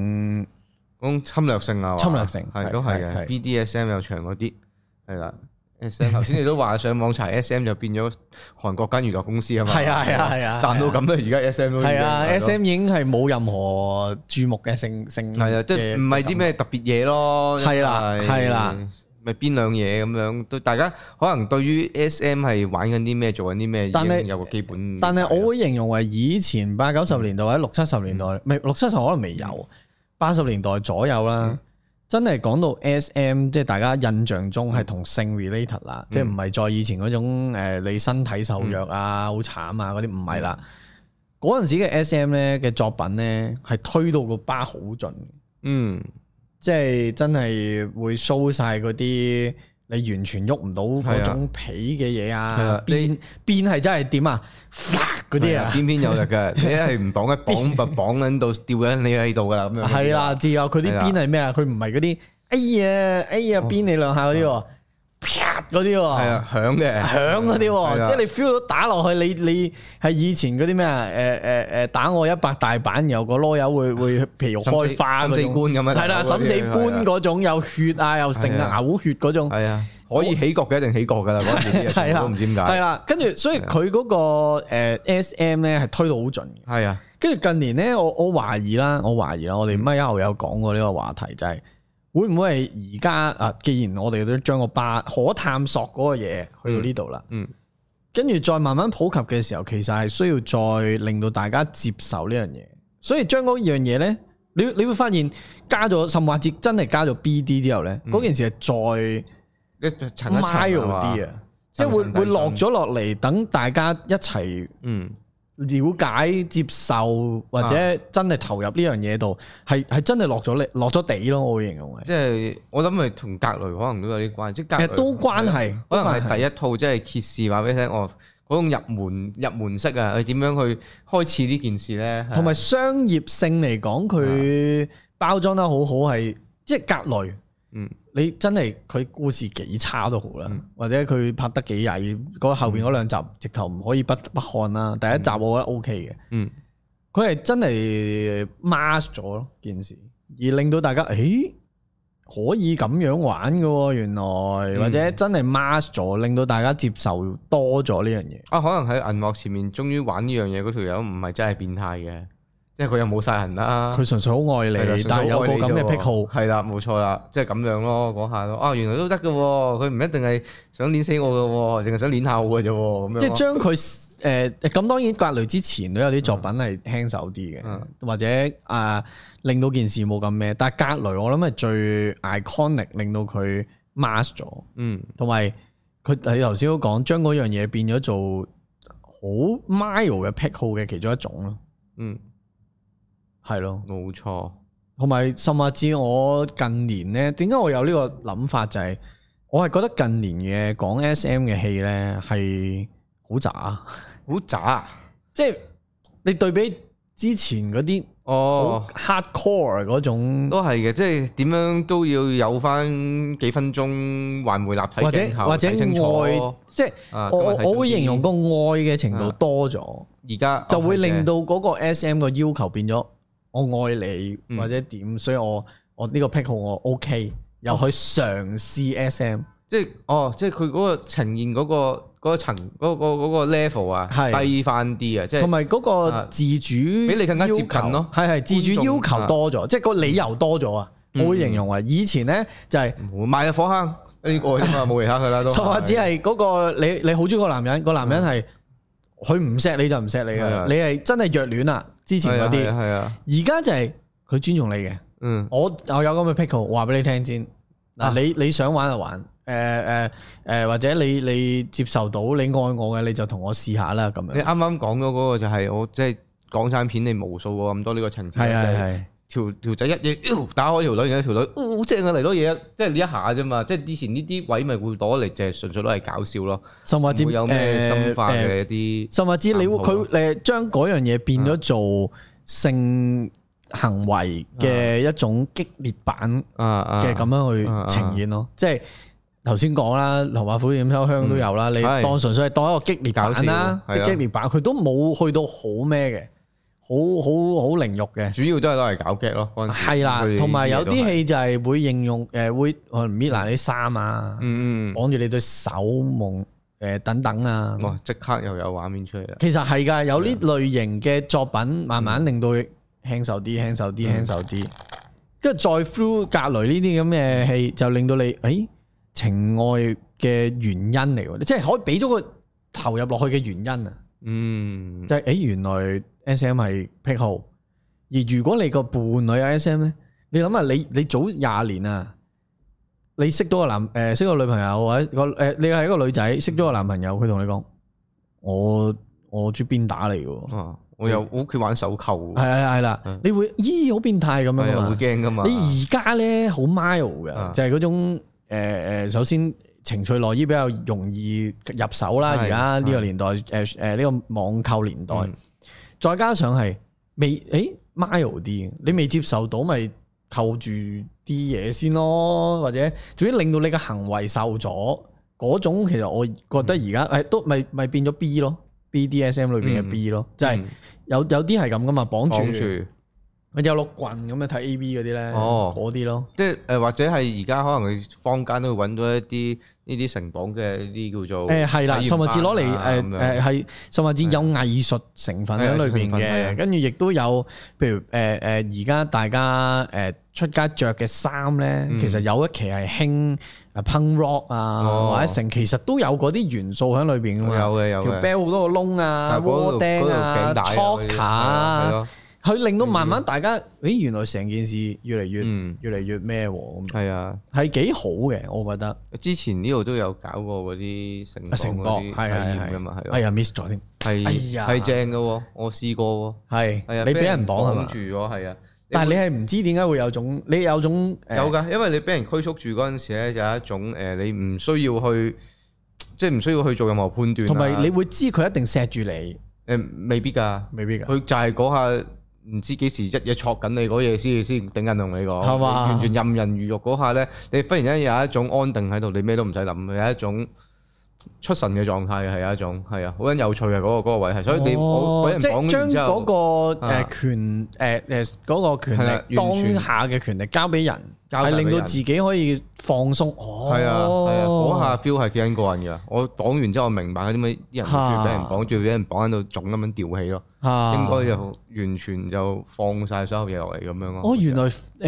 Speaker 1: 嗰種侵略性啊，
Speaker 2: 侵略性
Speaker 1: 係
Speaker 2: 係
Speaker 1: 都係
Speaker 2: 係
Speaker 1: 嘅。
Speaker 2: 係
Speaker 1: BDSM 又長嗰啲，係啦。S M 頭先你都話上網查 S M 就變咗韓國間娛樂公司啊嘛。
Speaker 2: 係啊係啊係啊，
Speaker 1: 彈到咁啦，而家 S M 都已經
Speaker 2: 係啊
Speaker 1: 係咯
Speaker 2: ，SM 已經係冇任何注目嘅性性
Speaker 1: 係啊，即係
Speaker 2: 嘅
Speaker 1: 唔係啲咩特別嘢咯？
Speaker 2: 係啦
Speaker 1: 因為
Speaker 2: 係啦，
Speaker 1: 咪邊兩嘢咁樣？對大家可能對於 S M 係玩緊啲咩，做緊啲咩，已
Speaker 2: 但係
Speaker 1: 經有個基本。
Speaker 2: 但嗯係啊嗯我會形容為以前八九十年代或者六七十年代，唔係六七十可能未有，八十年代左右啦。真係講到 S.M，即係大家印象中係同性 related 啦，即係唔係再以前嗰種、呃、你身體受虐啊、好慘啊嗰啲，唔係啦。嗰陣時嘅 S.M 咧嘅作品咧係推到個巴好盡嘅，
Speaker 1: 嗯
Speaker 2: 即係真係會 show 晒嗰啲你完全喐唔到嗰種皮嘅嘢
Speaker 1: 係
Speaker 2: 啊
Speaker 1: 啊，
Speaker 2: 變變係真係點啊，嗰啲啊。
Speaker 1: 邊邊有力 嘅，你一係唔綁一綁就綁緊到吊緊你喺度噶啦咁樣。
Speaker 2: 係 啦，之後佢啲邊係咩啊？佢唔係嗰啲，哎呀，哎呀，邊你兩下嗰啲喎，啪嗰啲
Speaker 1: 嗯係
Speaker 2: 喎，
Speaker 1: 啊，響嘅，
Speaker 2: 響嗰啲
Speaker 1: 係
Speaker 2: 喎，
Speaker 1: 啊
Speaker 2: 即係你 feel 到打落去，你你係以前嗰啲咩啊？誒誒誒，打我一百大板，有個籮柚
Speaker 1: 啊
Speaker 2: 會會皮肉開花嗰
Speaker 1: 審死
Speaker 2: 種，
Speaker 1: 官咁樣
Speaker 2: 係啦，
Speaker 1: 嗰啲
Speaker 2: 審死官嗰種有血啊，又剩
Speaker 1: 係啊
Speaker 2: 啊，嘔血嗰種。
Speaker 1: 係啊，可以起角嘅一定起角噶啦，嗰陣時啲嘢全部
Speaker 2: 係啦，
Speaker 1: 都唔知點
Speaker 2: 係
Speaker 1: 解。
Speaker 2: 啦，跟住所以佢嗰個誒 S.M 咧係推到好盡嘅。
Speaker 1: 係啊，
Speaker 2: 跟住近年咧，我我懷疑啦，我懷
Speaker 1: 嗯
Speaker 2: 疑啦，我哋咪一後有講過呢個話題，就係、會唔會係而家啊？既然我哋都將個巴可探索嗰個嘢去到呢度啦，
Speaker 1: 嗯，
Speaker 2: 跟住再慢慢普及嘅時候，其實係需要再令到大家接受呢樣嘢，所以將嗰樣嘢呢，你你會發現加咗甚或至真係加咗 BD 之後呢，嗰、件事
Speaker 1: 一
Speaker 2: 係
Speaker 1: 層
Speaker 2: 再
Speaker 1: 嗯一層
Speaker 2: mile
Speaker 1: 啊
Speaker 2: 啲
Speaker 1: 嘛
Speaker 2: 啊，即係會
Speaker 1: 層層遞
Speaker 2: 會落
Speaker 1: 進
Speaker 2: 咗落嚟，等大家一齊
Speaker 1: 嗯，
Speaker 2: 了解、接受或
Speaker 1: 啊
Speaker 2: 者真係投入呢樣嘢度，係係真係落咗嚟落咗地咯，我會形容係。
Speaker 1: 即係我諗係同格雷可能都有啲關係，即係
Speaker 2: 其
Speaker 1: 格
Speaker 2: 實
Speaker 1: 雷
Speaker 2: 都關係，
Speaker 1: 可能
Speaker 2: 都關係
Speaker 1: 呃係第一套即係揭示話俾你聽，哦，嗰種入門入門式啊，佢點樣去開始呢件事咧？
Speaker 2: 同埋商業性嚟講，佢包裝得好好，係即係格雷。
Speaker 1: 嗯，
Speaker 2: 你真係佢故事幾差都好啦，或者佢拍得幾曳，嗰後邊嗰兩集直頭唔可以不不看啦。第一集我覺得 O K 嘅，
Speaker 1: 嗯，
Speaker 2: 佢係真係 mask 咗咯件事，而令到大家誒可以咁樣玩嘅喎，原來或者真係 mask 咗，令到大家接受多咗呢樣嘢。
Speaker 1: 啊，可能喺銀幕前面終於玩呢樣嘢嗰條友唔係真係變態嘅，即係佢又冇殺人啦。
Speaker 2: 佢純粹好愛
Speaker 1: 係啦
Speaker 2: 你，但啊係有個咁嘅癖好。
Speaker 1: 係啦，冇錯啦，即係咁樣咯，嗰下咯，啊，原來都得嘅喎，佢唔一定係想碾死我嘅喎，淨係想碾下我嘅啫喎，咁樣咯。
Speaker 2: 即係將佢誒咁，當然格雷之前都有啲作品係輕手啲嘅，
Speaker 1: 嗯
Speaker 2: 或者啊、令到件事冇咁咩。但係格雷我諗係最 iconic，令到佢 mask 咗，
Speaker 1: 嗯
Speaker 2: 同埋佢你頭先都講將嗰樣嘢變咗做好 mile 嘅癖好嘅其中一種咯，
Speaker 1: 嗯，
Speaker 2: 係咯。
Speaker 1: 冇錯，
Speaker 2: 同埋甚至我近年咧，點解我有呢個諗法就係、我係覺得近年嘅講 S.M. 嘅戲咧係好渣。
Speaker 1: 好渣啊！
Speaker 2: 即係你對比之前嗰啲
Speaker 1: 哦
Speaker 2: 好。hardcore 嗰種，
Speaker 1: 都係嘅，即係點樣都要有翻幾分鐘還回立體
Speaker 2: 或者
Speaker 1: 鏡頭
Speaker 2: 或者
Speaker 1: 睇清楚
Speaker 2: 愛，即係
Speaker 1: 啊
Speaker 2: 我我
Speaker 1: 咁咪睇
Speaker 2: 我會
Speaker 1: 清楚
Speaker 2: 形容個愛嘅程度多咗，
Speaker 1: 而家
Speaker 2: 就會
Speaker 1: 哦係嘅
Speaker 2: 令到嗰個 S.M. 個要求變咗，我愛你
Speaker 1: 嗯
Speaker 2: 或者點，所以我我呢個癖好我 O.K.
Speaker 1: 哦
Speaker 2: 又去嘗試 S.M.
Speaker 1: 即係哦，即係佢嗰個呈現嗰、個嗰、個層嗰、個嗰、個 level 啊，
Speaker 2: 係
Speaker 1: 低翻啲啊，即
Speaker 2: 同
Speaker 1: 係
Speaker 2: 埋嗰個自主
Speaker 1: 比你更加接近咯啊
Speaker 2: 係係自主要求多咗，即係個理由多咗啊！
Speaker 1: 嗯
Speaker 2: 我會形容為以前咧就係。
Speaker 1: 唔賣入火坑呢個啫 嘛，冇其他噶啦都。嗯
Speaker 2: 甚或只係嗰個你你好中意個男人，個男人係佢唔錫你就唔錫你
Speaker 1: 係
Speaker 2: 噶，
Speaker 1: 啊
Speaker 2: 你係真係弱戀啦。之前嗰
Speaker 1: 係啊
Speaker 2: 啲，
Speaker 1: 係啊，
Speaker 2: 而家就係佢尊重你嘅。
Speaker 1: 嗯
Speaker 2: 我我有咁嘅 pickle，我話俾你聽先。
Speaker 1: 啊
Speaker 2: 嗱，你你想玩就玩，誒誒誒，或者你你接受到你愛我嘅，你就同我試下啦咁
Speaker 1: 你
Speaker 2: 樣。
Speaker 1: 啱啱講咗嗰個就係我即係港產片，你無數過咁多呢個情節，
Speaker 2: 係啊
Speaker 1: 就
Speaker 2: 係
Speaker 1: 係
Speaker 2: 係，
Speaker 1: 條條仔一嘢，呃打開條女，然後條女，哦好正啊嚟多嘢啊，即係呢一下啫嘛，即係以前呢啲位咪會攞嚟，就係純粹攞嚟搞笑咯，
Speaker 2: 甚或呃至
Speaker 1: 唔會有咩深化
Speaker 2: 誒誒
Speaker 1: 嘅一啲，
Speaker 2: 甚或至你
Speaker 1: 探
Speaker 2: 會
Speaker 1: 討啊
Speaker 2: 佢誒將嗰樣嘢變咗做性行為嘅一種激烈版。
Speaker 1: 啊啊
Speaker 2: 呃嘅咁樣去呈現咯，即係頭先講啦，《流馬虎點秋香》都有啦，你
Speaker 1: 係
Speaker 2: 當純粹係當一個激烈
Speaker 1: 搞
Speaker 2: 版
Speaker 1: 笑
Speaker 2: 啦，
Speaker 1: 係啊
Speaker 2: 激烈版佢都冇去到好咩嘅，好好好凌辱嘅，
Speaker 1: 主要都係攞嚟搞 g 咯，嗰陣時
Speaker 2: 係啦
Speaker 1: 佢哋，
Speaker 2: 同埋有
Speaker 1: 呢
Speaker 2: 啲
Speaker 1: 都係
Speaker 2: 戲就係會應用誒會可能搣爛你衫啊，
Speaker 1: 嗯嗯
Speaker 2: 綁住你對手夢誒等等啊
Speaker 1: 嗯，，哇！即刻又有畫面出嚟啦，
Speaker 2: 其實係㗎，有呢類型嘅作品慢慢令到佢輕手啲、輕手啲、輕手啲，跟住再 through 格雷呢啲咁嘅戲，就令到你誒、咦情愛嘅原因嚟喎，即係可以俾咗個投入落去嘅原因啊，
Speaker 1: 嗯
Speaker 2: 就係、誒哎原來 S M 係癖好，而如果你個伴侶有 S M 咧，你諗下你你早廿年啊。你識到個男誒、識個女朋友或者個誒、你係一個女仔識咗個男朋友，佢同你講我我中意鞭打你嘅喎，
Speaker 1: 啊！我又我屋企玩手扣
Speaker 2: 嗯係
Speaker 1: 喎，
Speaker 2: 係係啦
Speaker 1: 嗯，
Speaker 2: 你會咦好變態咁樣
Speaker 1: 係
Speaker 2: 啊
Speaker 1: 啊會
Speaker 2: 嘛？
Speaker 1: 驚噶嘛？
Speaker 2: 你而家咧好 mile
Speaker 1: 啊
Speaker 2: 嘅，就係嗰種誒誒，首先情趣內衣比較容易入手啦。
Speaker 1: 係
Speaker 2: 而家呢個年代誒誒呢個網購年代
Speaker 1: 嗯，
Speaker 2: 再加上係未誒 mile 啲，你未接受到咪扣住啲嘢先咯，或者總之令到你嘅行為受阻嗰種，其實我覺
Speaker 1: 嗯
Speaker 2: 得而家誒都咪咪變咗 B 咯，BDSM 裏邊嘅 B 咯，就係
Speaker 1: 嗯
Speaker 2: 有有啲係咁噶嘛，綁
Speaker 1: 綁
Speaker 2: 住。
Speaker 1: 住，
Speaker 2: 咪有碌棍咁樣睇 A V 嗰啲咧，
Speaker 1: 哦
Speaker 2: 嗰啲咯，
Speaker 1: 即係誒或者係而家可能佢坊間都會揾到一啲呢啲城邦嘅呢啲叫做
Speaker 2: 誒係啊啦，
Speaker 1: 體驗
Speaker 2: 甚至攞嚟
Speaker 1: 班啊
Speaker 2: 誒
Speaker 1: 咁樣
Speaker 2: 誒係，甚至有藝術成分喺裏
Speaker 1: 係藝術
Speaker 2: 邊
Speaker 1: 成分係
Speaker 2: 嘅，
Speaker 1: 啊
Speaker 2: 跟住亦都有，譬如誒誒而家大家誒出街着嘅衫咧，
Speaker 1: 嗯
Speaker 2: 其實有一期係興啊 punk rock 啊，
Speaker 1: 哦
Speaker 2: 或者成其實都有嗰啲元素喺裏邊噶
Speaker 1: 有
Speaker 2: 嘛。
Speaker 1: 嘅有
Speaker 2: 條
Speaker 1: 嘅，
Speaker 2: bell 好多個窿啊，
Speaker 1: 但係
Speaker 2: 窩
Speaker 1: 嗰條
Speaker 2: 釘
Speaker 1: 嗰條頸
Speaker 2: 啊
Speaker 1: 帶嗰啲
Speaker 2: ，choker
Speaker 1: 係
Speaker 2: 啊，
Speaker 1: 咯，
Speaker 2: 佢令到慢慢大家，咦，原來成件事越嚟越
Speaker 1: 嗯，
Speaker 2: 越嚟越咩喎咁，
Speaker 1: 係啊。
Speaker 2: 係幾好嘅，我覺得。
Speaker 1: 之前呢度都有搞過嗰啲成
Speaker 2: 啊，成
Speaker 1: 嗰
Speaker 2: 博
Speaker 1: 啲
Speaker 2: 係
Speaker 1: 體
Speaker 2: 係
Speaker 1: 驗
Speaker 2: 係
Speaker 1: 噶嘛，係咯，
Speaker 2: 哎呀 miss 咗添，
Speaker 1: 係
Speaker 2: 哎呀
Speaker 1: 係正嘅喎，我試過
Speaker 2: 係
Speaker 1: 喎，係啊，
Speaker 2: 你俾人綁係嘛？
Speaker 1: 住咗係啊，
Speaker 2: 但係你係唔知點解會有種，你有種誒
Speaker 1: 有啊㗎，因為你俾人拘束住嗰陣時咧，有一種誒、呃你唔需要去，即係唔需要去做任何判斷啊。
Speaker 2: 同埋你會知佢一定錫住你，
Speaker 1: 誒、未必㗎，
Speaker 2: 未必㗎。
Speaker 1: 佢就係嗰下唔知幾時一嘢戳緊你嗰嘢先先頂緊同你講，
Speaker 2: 係嘛
Speaker 1: 完全任人魚肉嗰下咧，你忽然間有一種安定喺度，你咩都唔使諗，有一種出神嘅狀態係有一種係啊，好撚有趣嘅嗰、個嗰個位係，所以你我俾
Speaker 2: 哦
Speaker 1: 人
Speaker 2: 即
Speaker 1: 綁
Speaker 2: 係
Speaker 1: 完
Speaker 2: 將
Speaker 1: 之後
Speaker 2: 嗰。個
Speaker 1: 啊
Speaker 2: 誒權誒誒嗰個權
Speaker 1: 係啦
Speaker 2: 力
Speaker 1: 完全
Speaker 2: 當下嘅權力交俾人，
Speaker 1: 交晒
Speaker 2: 係
Speaker 1: 俾
Speaker 2: 令到
Speaker 1: 人
Speaker 2: 自己可以放鬆。哦，
Speaker 1: 係啊，係啊，嗰下 feel 係幾緊過人㗎。我綁完之後，我明白點解啲人中意俾人綁住，俾人綁喺度腫咁樣吊起咯。
Speaker 2: 啊
Speaker 1: 應該就完全就放晒所有嘢落嚟咁樣咯。
Speaker 2: 哦，原來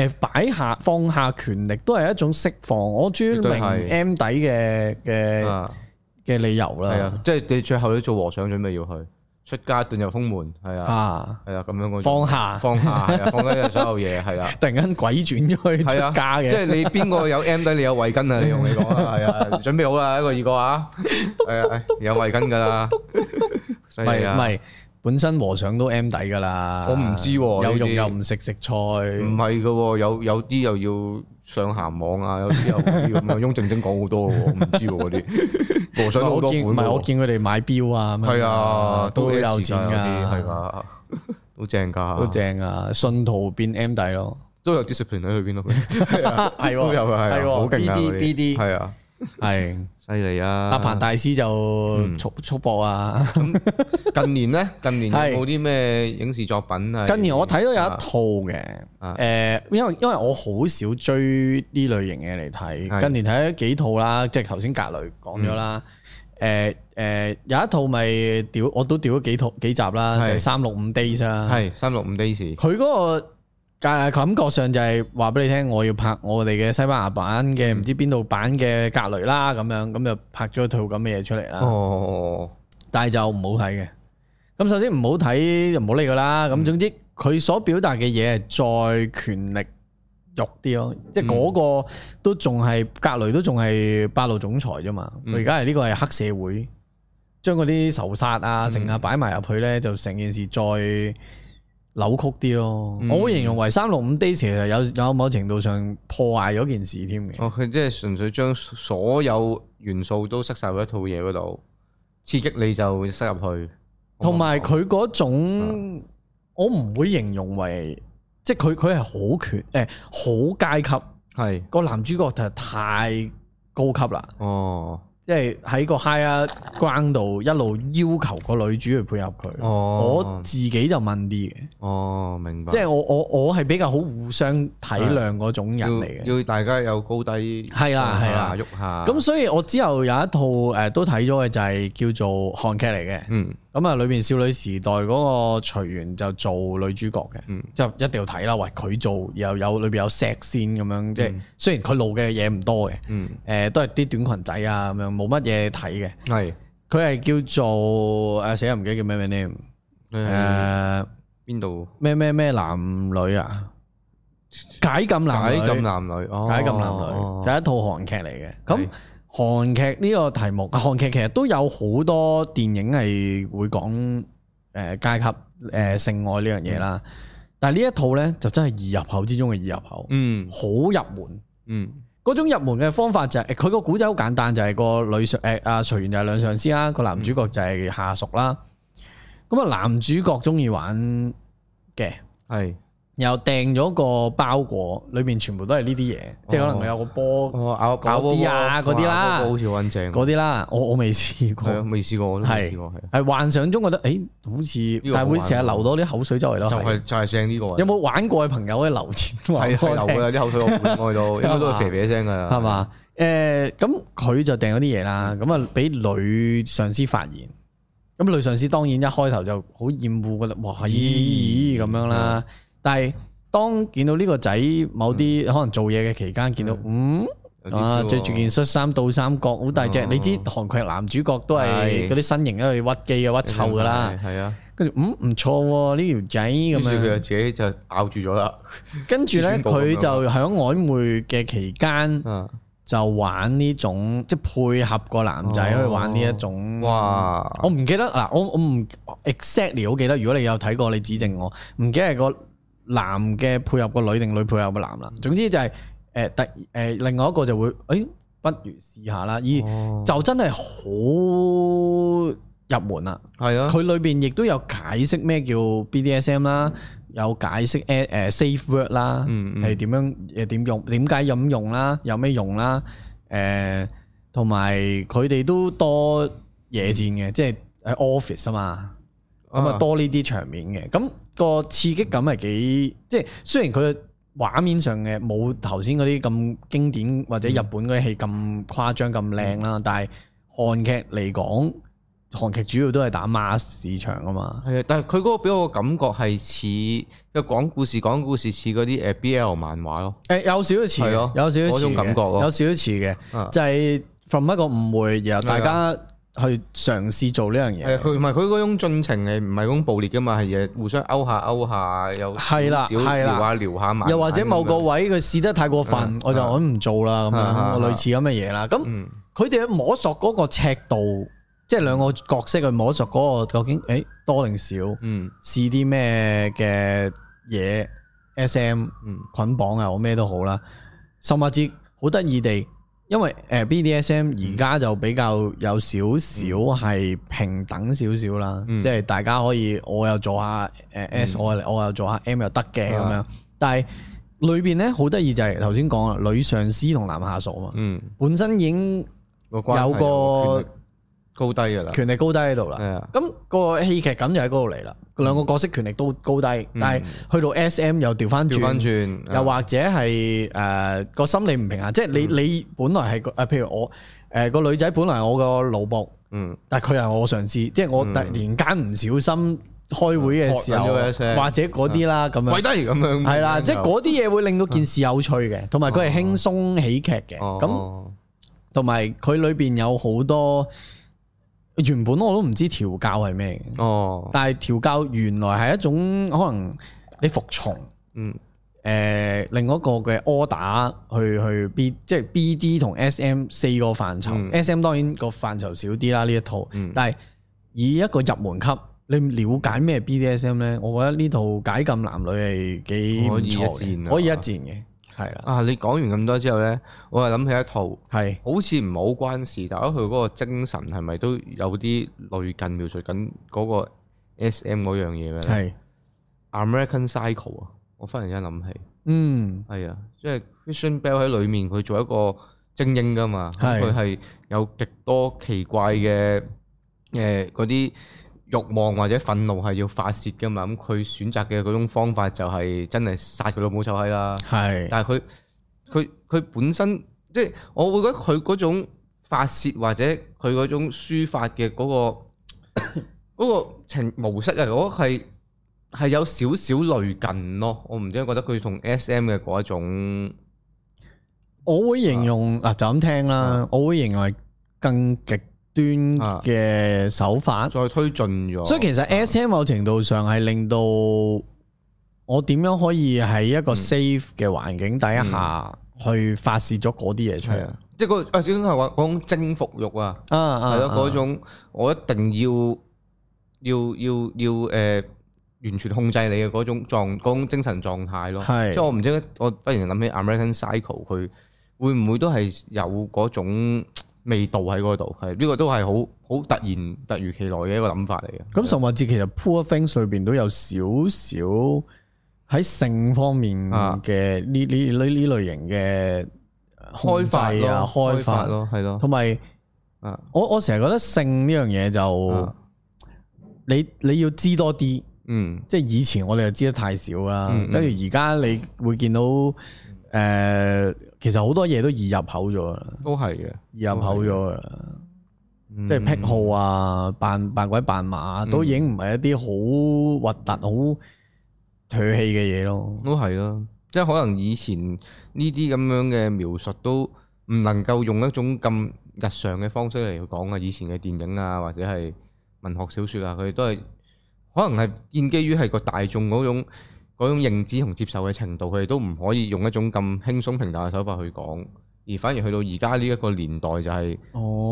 Speaker 2: 誒擺下放下權力都係一種釋放，我終於
Speaker 1: 絕對
Speaker 2: 明
Speaker 1: 係
Speaker 2: M 底嘅嘅
Speaker 1: 啊，
Speaker 2: 嘅理由
Speaker 1: 係
Speaker 2: 啦
Speaker 1: 啊，。即係你最後都做和尚，準備要去出家遁入空門，係啊，
Speaker 2: 啊，
Speaker 1: 係啊，咁樣嗰
Speaker 2: 放
Speaker 1: 種
Speaker 2: 下，
Speaker 1: 放下，係啊，放 低所有嘢，係啊。
Speaker 2: 突然間鬼轉咗去出
Speaker 1: 係啊，
Speaker 2: 家嘅，
Speaker 1: 即係你邊個有 M 底，你有圍巾啊！你用你講啊，係 啊，準備好啦，一個二個啊，係啊，有圍巾㗎 啦，犀
Speaker 2: 唔係
Speaker 1: 利
Speaker 2: 唔
Speaker 1: 啊！
Speaker 2: 係，本身和尚都 M 底噶啦。
Speaker 1: 我唔知喎
Speaker 2: 有
Speaker 1: 呢
Speaker 2: 肉
Speaker 1: 啲嗯
Speaker 2: 又唔食食菜，
Speaker 1: 唔係噶喎，有有啲又要上鹹網啊，有啲又啲咁樣。翁靜晶講好多喎，我唔知喎嗰啲， 和尚都好
Speaker 2: 我
Speaker 1: 多款
Speaker 2: 見唔係我
Speaker 1: 喎。
Speaker 2: 見佢哋買表啊，咁樣
Speaker 1: 係啊，
Speaker 2: 都有
Speaker 1: S 㗎
Speaker 2: 錢
Speaker 1: 有啲係
Speaker 2: 㗎，
Speaker 1: 㗎，都正㗎，
Speaker 2: 好正啊！信徒變 M 底咯，
Speaker 1: 都有 discipline 喺裏邊咯，
Speaker 2: 係
Speaker 1: 都有㗎，係
Speaker 2: 係
Speaker 1: 啊，好勁啊嗰
Speaker 2: B
Speaker 1: 啲
Speaker 2: D B D
Speaker 1: 係啊，
Speaker 2: 係
Speaker 1: 犀利啊！嗯
Speaker 2: 阿彭大師就束束縛啊！
Speaker 1: 近年咧，近年有
Speaker 2: 係
Speaker 1: 冇啲咩影視作品啊？
Speaker 2: 近年我睇到有一
Speaker 1: 啊
Speaker 2: 套嘅，
Speaker 1: 啊
Speaker 2: 誒，因為因為我好少追呢類型嘅嚟睇，
Speaker 1: 係
Speaker 2: 近年睇咗幾套啦，即係頭先格雷講咗啦，
Speaker 1: 嗯
Speaker 2: 誒誒有一套咪屌，我都屌咗幾套幾集啦，
Speaker 1: 係
Speaker 2: 就係三六五 days 啦，
Speaker 1: 係三六五 days，
Speaker 2: 佢嗰個誒感覺上就係話俾你聽，我要拍我哋嘅西班牙版嘅
Speaker 1: 嗯
Speaker 2: 唔知邊度版嘅格雷啦，咁樣咁就拍咗套咁嘅嘢出嚟啦。
Speaker 1: 哦，
Speaker 2: 但係就唔好睇嘅。咁首先唔好睇就唔好理佢啦。咁總之佢所表達嘅嘢係再權力慾啲咯，即係嗰個都仲係格雷都仲係霸道總裁啫嘛。
Speaker 1: 嗯
Speaker 2: 佢而家係呢個係黑社會，將嗰啲仇殺啊、成啊擺埋入去咧，就成件事再扭曲啲咯。
Speaker 1: 嗯
Speaker 2: 我會形容為三六五 days 其實有有某程度上破壞咗件事添嘅。
Speaker 1: 哦，佢即係純粹將所有元素都塞晒入一套嘢嗰度，刺激你就塞入去。哦
Speaker 2: 同埋佢嗰種，
Speaker 1: 啊
Speaker 2: 我唔會形容為，即係佢佢係好權誒好階級，
Speaker 1: 係
Speaker 2: 個男主角就太高級啦，
Speaker 1: 哦
Speaker 2: 即係喺個 high ground 度一路要求個女主去配合佢。我
Speaker 1: 哦
Speaker 2: 自己就問啲嘅，
Speaker 1: 哦，明白。
Speaker 2: 即係我我我係比較好互相體諒嗰種人
Speaker 1: 要
Speaker 2: 嚟嘅。
Speaker 1: 要大家有高低，啊
Speaker 2: 係啦係啦
Speaker 1: 喐下。
Speaker 2: 咁所以我之後有一套誒、呃都睇咗嘅就係叫做韓劇嚟嘅，
Speaker 1: 嗯
Speaker 2: 咁啊，裏面少女時代嗰個徐元就做女主角嘅，
Speaker 1: 嗯
Speaker 2: 就一定要睇啦。喂，佢做又有裏邊有石先咁樣，即係、雖然佢露嘅嘢唔多嘅，誒、
Speaker 1: 嗯
Speaker 2: 都係啲短裙仔啊咁樣，冇乜嘢睇嘅。
Speaker 1: 係
Speaker 2: 佢係叫做誒死啦，唔記得叫咩咩 name
Speaker 1: 誒
Speaker 2: 誒
Speaker 1: 邊度
Speaker 2: 咩咩咩男女啊，解禁男
Speaker 1: 解
Speaker 2: 女，
Speaker 1: 禁男女哦
Speaker 2: 解禁男女
Speaker 1: 哦
Speaker 2: 就係一套韓劇嚟嘅。咁
Speaker 1: 係
Speaker 2: 韓劇呢個題目，啊韓劇其實都有好多電影係會講誒階級誒性愛呢樣嘢啦。
Speaker 1: 嗯
Speaker 2: 但係呢一套呢，就真係易入口之中嘅易入口，
Speaker 1: 嗯
Speaker 2: 好入門。
Speaker 1: 嗯
Speaker 2: 嗰種入門嘅方法就係佢個古仔好簡單，就係、個女上誒阿徐元就係兩上司啦，個男主角就係下屬啦。咁啊，男主角中意玩嘅。
Speaker 1: 係
Speaker 2: 又掟咗個包裹，裏面全部都係呢啲嘢，即係可能佢有個波
Speaker 1: 哦咬
Speaker 2: 嗰啲啊
Speaker 1: 咬波波
Speaker 2: 嗰啲
Speaker 1: 咬波
Speaker 2: 啦
Speaker 1: 波好似温正，
Speaker 2: 嗰啲啦。我我未試過，
Speaker 1: 係啊未試過我都未試過係啊
Speaker 2: 係幻想中覺得，誒好似
Speaker 1: 呢，個好
Speaker 2: 但係會
Speaker 1: 玩
Speaker 2: 成
Speaker 1: 喎
Speaker 2: 日流多啲口水周圍咯。
Speaker 1: 就
Speaker 2: 係
Speaker 1: 係就係正呢個位啊
Speaker 2: 有冇玩過嘅朋友可以留言
Speaker 1: 係啊
Speaker 2: 話俾
Speaker 1: 係
Speaker 2: 我
Speaker 1: 流㗎
Speaker 2: 聽，
Speaker 1: 啦啲口水我灌開 到，應該都係肥肥聲㗎啦
Speaker 2: 係？嘛？誒咁佢就掟嗰啲嘢啦，咁啊俾女上司發現，咁女上司當然一開頭就好厭惡，覺得哇咦咁樣
Speaker 1: 嗯
Speaker 2: 啦。
Speaker 1: 嗯
Speaker 2: 但係當見到呢個仔某啲可能做嘢嘅期間，見到嗯
Speaker 1: 有啲
Speaker 2: 啊，
Speaker 1: feel
Speaker 2: 着住件
Speaker 1: 喎
Speaker 2: 恤衫倒三角，好大隻。
Speaker 1: 哦
Speaker 2: 你知韓劇男主角都係
Speaker 1: 係
Speaker 2: 嗰啲身形都係屈機嘅屈臭噶啦。
Speaker 1: 係係啊，
Speaker 2: 跟住嗯唔錯喎，呢條仔
Speaker 1: 於
Speaker 2: 咁
Speaker 1: 是佢
Speaker 2: 樣
Speaker 1: 就。自己就咬住咗啦。
Speaker 2: 跟住咧，
Speaker 1: 黐線過咁
Speaker 2: 佢
Speaker 1: 樣
Speaker 2: 就喺曖昧嘅期間
Speaker 1: 啊
Speaker 2: 就玩呢種，即係配合個男仔去玩呢一種。
Speaker 1: 哦哇！
Speaker 2: 我唔記得嗱，我我唔 exactly 好記得。如果你有睇過，你指正我，唔記得係個男嘅配合個女定女配合個男啦。總之就係誒突誒另外一個就會，誒、哎不如試下啦。而
Speaker 1: 哦
Speaker 2: 就真係好入門啦。
Speaker 1: 係啊，
Speaker 2: 佢裏邊亦都有解釋咩叫 BDSM 啦，有解釋誒誒 safe word 啦，
Speaker 1: 嗯嗯
Speaker 2: 係點樣誒點用，點解咁用啦，有咩用啦，誒同埋佢哋都多野戰嘅，即係喺 office 啊嘛，咁啊多呢啲場面嘅，咁、個刺激感係幾，即係雖然佢畫面上嘅冇頭先嗰啲咁經典或
Speaker 1: 嗯
Speaker 2: 者日本嗰啲戲咁誇張咁靚啦，但係韓劇嚟講，韓劇主要都係打 mass 市場啊嘛，
Speaker 1: 係啊，但係佢嗰個俾我感覺係似嘅講故事講故事似嗰啲誒 BL 漫畫咯。
Speaker 2: 誒有少少似嘅
Speaker 1: 嗯係咯，
Speaker 2: 有少少
Speaker 1: 嗰
Speaker 2: 似
Speaker 1: 種
Speaker 2: 嘅
Speaker 1: 感覺咯
Speaker 2: 有少少似嘅，
Speaker 1: 啊
Speaker 2: 就係 from 一個誤會，然後大
Speaker 1: 係啊
Speaker 2: 家去嘗試做呢樣
Speaker 1: 係
Speaker 2: 嘢
Speaker 1: 啊，。佢唔係佢嗰種進程係唔係嗰種暴烈噶嘛？係嘢互相勾下勾下，又
Speaker 2: 係啦
Speaker 1: 少
Speaker 2: 係啦
Speaker 1: 聊下聊下，慢慢
Speaker 2: 又或者某個
Speaker 1: 咁樣
Speaker 2: 位佢試得太過分
Speaker 1: 嗯，
Speaker 2: 我就我唔做啦
Speaker 1: 嗯
Speaker 2: 咁樣，
Speaker 1: 嗯
Speaker 2: 我
Speaker 1: 嗯
Speaker 2: 類似咁嘅嘢啦。咁
Speaker 1: 嗯
Speaker 2: 佢哋摸索嗰個尺度，即係兩個角色去摸索嗰個究竟，誒多定少，
Speaker 1: 嗯
Speaker 2: 試啲咩嘅嘢，S.M.
Speaker 1: 嗯
Speaker 2: 捆綁啊，我咩都好啦。甚至好得意地，因為誒
Speaker 1: 嗯
Speaker 2: B.D.S.M. 而家就比較有少少係平等少少啦，
Speaker 1: 嗯
Speaker 2: 即係大家可以我又做下誒 S，、我又我又做下 M 又得嘅咁樣
Speaker 1: 啊。
Speaker 2: 但係裏邊咧好得意就係頭先講啦，女上司同男下屬啊嘛，
Speaker 1: 嗯，
Speaker 2: 本身已經
Speaker 1: 個關係
Speaker 2: 有個
Speaker 1: 權力高低噶啦，
Speaker 2: 權力高低喺度啦。
Speaker 1: 係嗯啊，
Speaker 2: 咁個戲劇感就喺嗰度嚟啦，兩個角色權力都高低，但係去到 S.M. 又調翻
Speaker 1: 嗯調翻
Speaker 2: 轉，
Speaker 1: 轉啊
Speaker 2: 又或者係誒個心理唔平衡，即係你
Speaker 1: 嗯
Speaker 2: 你本來係個呃誒，譬如我誒個女仔本來係我個老僕，
Speaker 1: 嗯
Speaker 2: 但係佢係我上司，即係我突然間唔小心開會嘅時候，
Speaker 1: 嗯喝緊咗一聲
Speaker 2: 或者嗰啲啦咁
Speaker 1: 跪
Speaker 2: 樣，
Speaker 1: 低咁樣
Speaker 2: 係啦，即係
Speaker 1: 嗰
Speaker 2: 嗰啲嘢會令到件事有趣嘅，同埋
Speaker 1: 哦
Speaker 2: 佢係輕鬆喜劇嘅，咁。同埋佢裏邊有好多原本我都唔知調教係咩嘅，
Speaker 1: 哦
Speaker 2: 但係調教原來係一種可能你服從誒、
Speaker 1: 嗯
Speaker 2: 呃另一個嘅 order 去去 B 即係 BD 同 SM 四個範疇、
Speaker 1: 嗯
Speaker 2: s m 當然個範疇少啲啦呢一套，
Speaker 1: 嗯
Speaker 2: 但係以一個入門級。你了解咩 BDSM 咧？我覺得呢套解禁男女係幾唔錯
Speaker 1: 可以一戰
Speaker 2: 嘅，
Speaker 1: 啊
Speaker 2: 可以一戰嘅，係啦，
Speaker 1: 啊！你講完咁多之後咧，我又諗起一套。
Speaker 2: 係
Speaker 1: 好似唔係好關事，但係佢嗰個精神係咪都有啲類近描述緊嗰個 S.M. 嗰樣嘢嘅咧
Speaker 2: 係，
Speaker 1: ？American Psycho 啊，我忽然間諗起，
Speaker 2: 嗯
Speaker 1: 係啊，即係 Christian Bale 喺裡面佢做一個精英噶嘛，咁
Speaker 2: 係
Speaker 1: 佢係有極多奇怪嘅誒嗰啲慾望或者憤怒係要發泄噶嘛，咁佢選擇嘅嗰種方法就係真係殺佢老母臭閪啦。
Speaker 2: 係，
Speaker 1: 但係佢佢佢本身即係我會覺得佢嗰種發泄或者佢嗰種抒發嘅嗰、個嗰個情模式啊，我係係有少少類近咯。我唔知覺得佢同 S.M. 嘅嗰一種
Speaker 2: 我會形容
Speaker 1: 啊
Speaker 2: 嗱、就咁聽啦，我會形容係更極端
Speaker 1: 啊
Speaker 2: 嘅手法，
Speaker 1: 再推進咗，
Speaker 2: 所以其實 S.M. 某程度上係令到我點樣可以喺一
Speaker 1: 嗯
Speaker 2: 個 safe 嘅環境底下去發泄咗嗰啲嘢出嚟
Speaker 1: 係啊，啊即係嗰啊，應該係話嗰種征服欲啊，
Speaker 2: 啊啊
Speaker 1: 係咯，嗰
Speaker 2: 啊
Speaker 1: 種我一定要要要要誒、呃完全控制你嘅嗰種狀嗰種精神狀態咯。
Speaker 2: 係
Speaker 1: 即係我唔知，我忽然諗起 American Psycho，佢會唔會都係有嗰種味道喺嗰度？係呢、個都係好好突然突如其來嘅一個諗法嚟嘅。
Speaker 2: 咁甚至其實 Poor Things 裏邊都有少少喺性方面
Speaker 1: 啊
Speaker 2: 嘅呢呢呢呢類型嘅控
Speaker 1: 開
Speaker 2: 制
Speaker 1: 發咯，
Speaker 2: 啊，開發咯。
Speaker 1: 咯，係咯，
Speaker 2: 同埋
Speaker 1: 啊，
Speaker 2: 我我成日覺得性呢樣嘢就、
Speaker 1: 啊
Speaker 2: 你你要知多啲，
Speaker 1: 嗯
Speaker 2: 即係以前我哋就知得太少啦
Speaker 1: 嗯，嗯
Speaker 2: 跟住而家你會見到誒、呃其實好多嘢都易入口咗啦，
Speaker 1: 都係嘅，
Speaker 2: 易入口咗啦，
Speaker 1: 嗯
Speaker 2: 即係癖好啊，扮扮鬼扮馬都已經唔係一啲好核突、好唾棄嘅嘢咯。
Speaker 1: 啊都係咯，即係可能以前呢啲咁樣嘅描述都唔能夠用一種咁日常嘅方式嚟去講啊，以前嘅電影啊，或者係文學小説啊，佢哋都係可能係建基於係個大眾嗰種嗰種認知同接受嘅程度，佢哋都唔可以用一種咁輕鬆平淡嘅手法去講，而反而去到而家呢一個年代就係
Speaker 2: 哦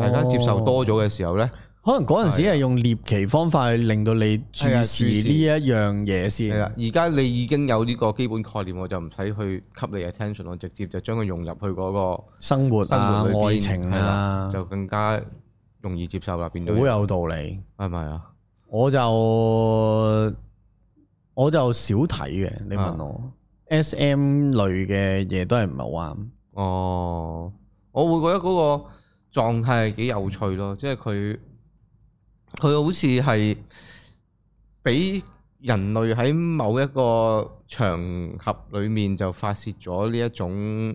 Speaker 1: 嗯大家接受多咗嘅時候呢，
Speaker 2: 可能嗰陣時係用獵奇方法去令到你注
Speaker 1: 係啊注
Speaker 2: 視
Speaker 1: 視
Speaker 2: 呢一樣嘢
Speaker 1: 係啊啦
Speaker 2: 先。、
Speaker 1: 而家你已經有呢個基本概念，我就唔使去吸你 attention，我直接就將佢融入去嗰個
Speaker 2: 生活啊、
Speaker 1: 生活裏邊
Speaker 2: 愛情
Speaker 1: 係啦
Speaker 2: 啊，
Speaker 1: 就更加容易接受啦，變
Speaker 2: 好啊
Speaker 1: 到
Speaker 2: 有道理。
Speaker 1: 係咪啊？
Speaker 2: 我就我就少睇嘅，你
Speaker 1: 啊
Speaker 2: 問我 S.M. 類嘅嘢都係唔係好啱。
Speaker 1: 哦，我會覺得嗰個狀態係幾有趣咯，即係佢佢好似係俾人類喺某一個場合裡面就發泄咗呢一種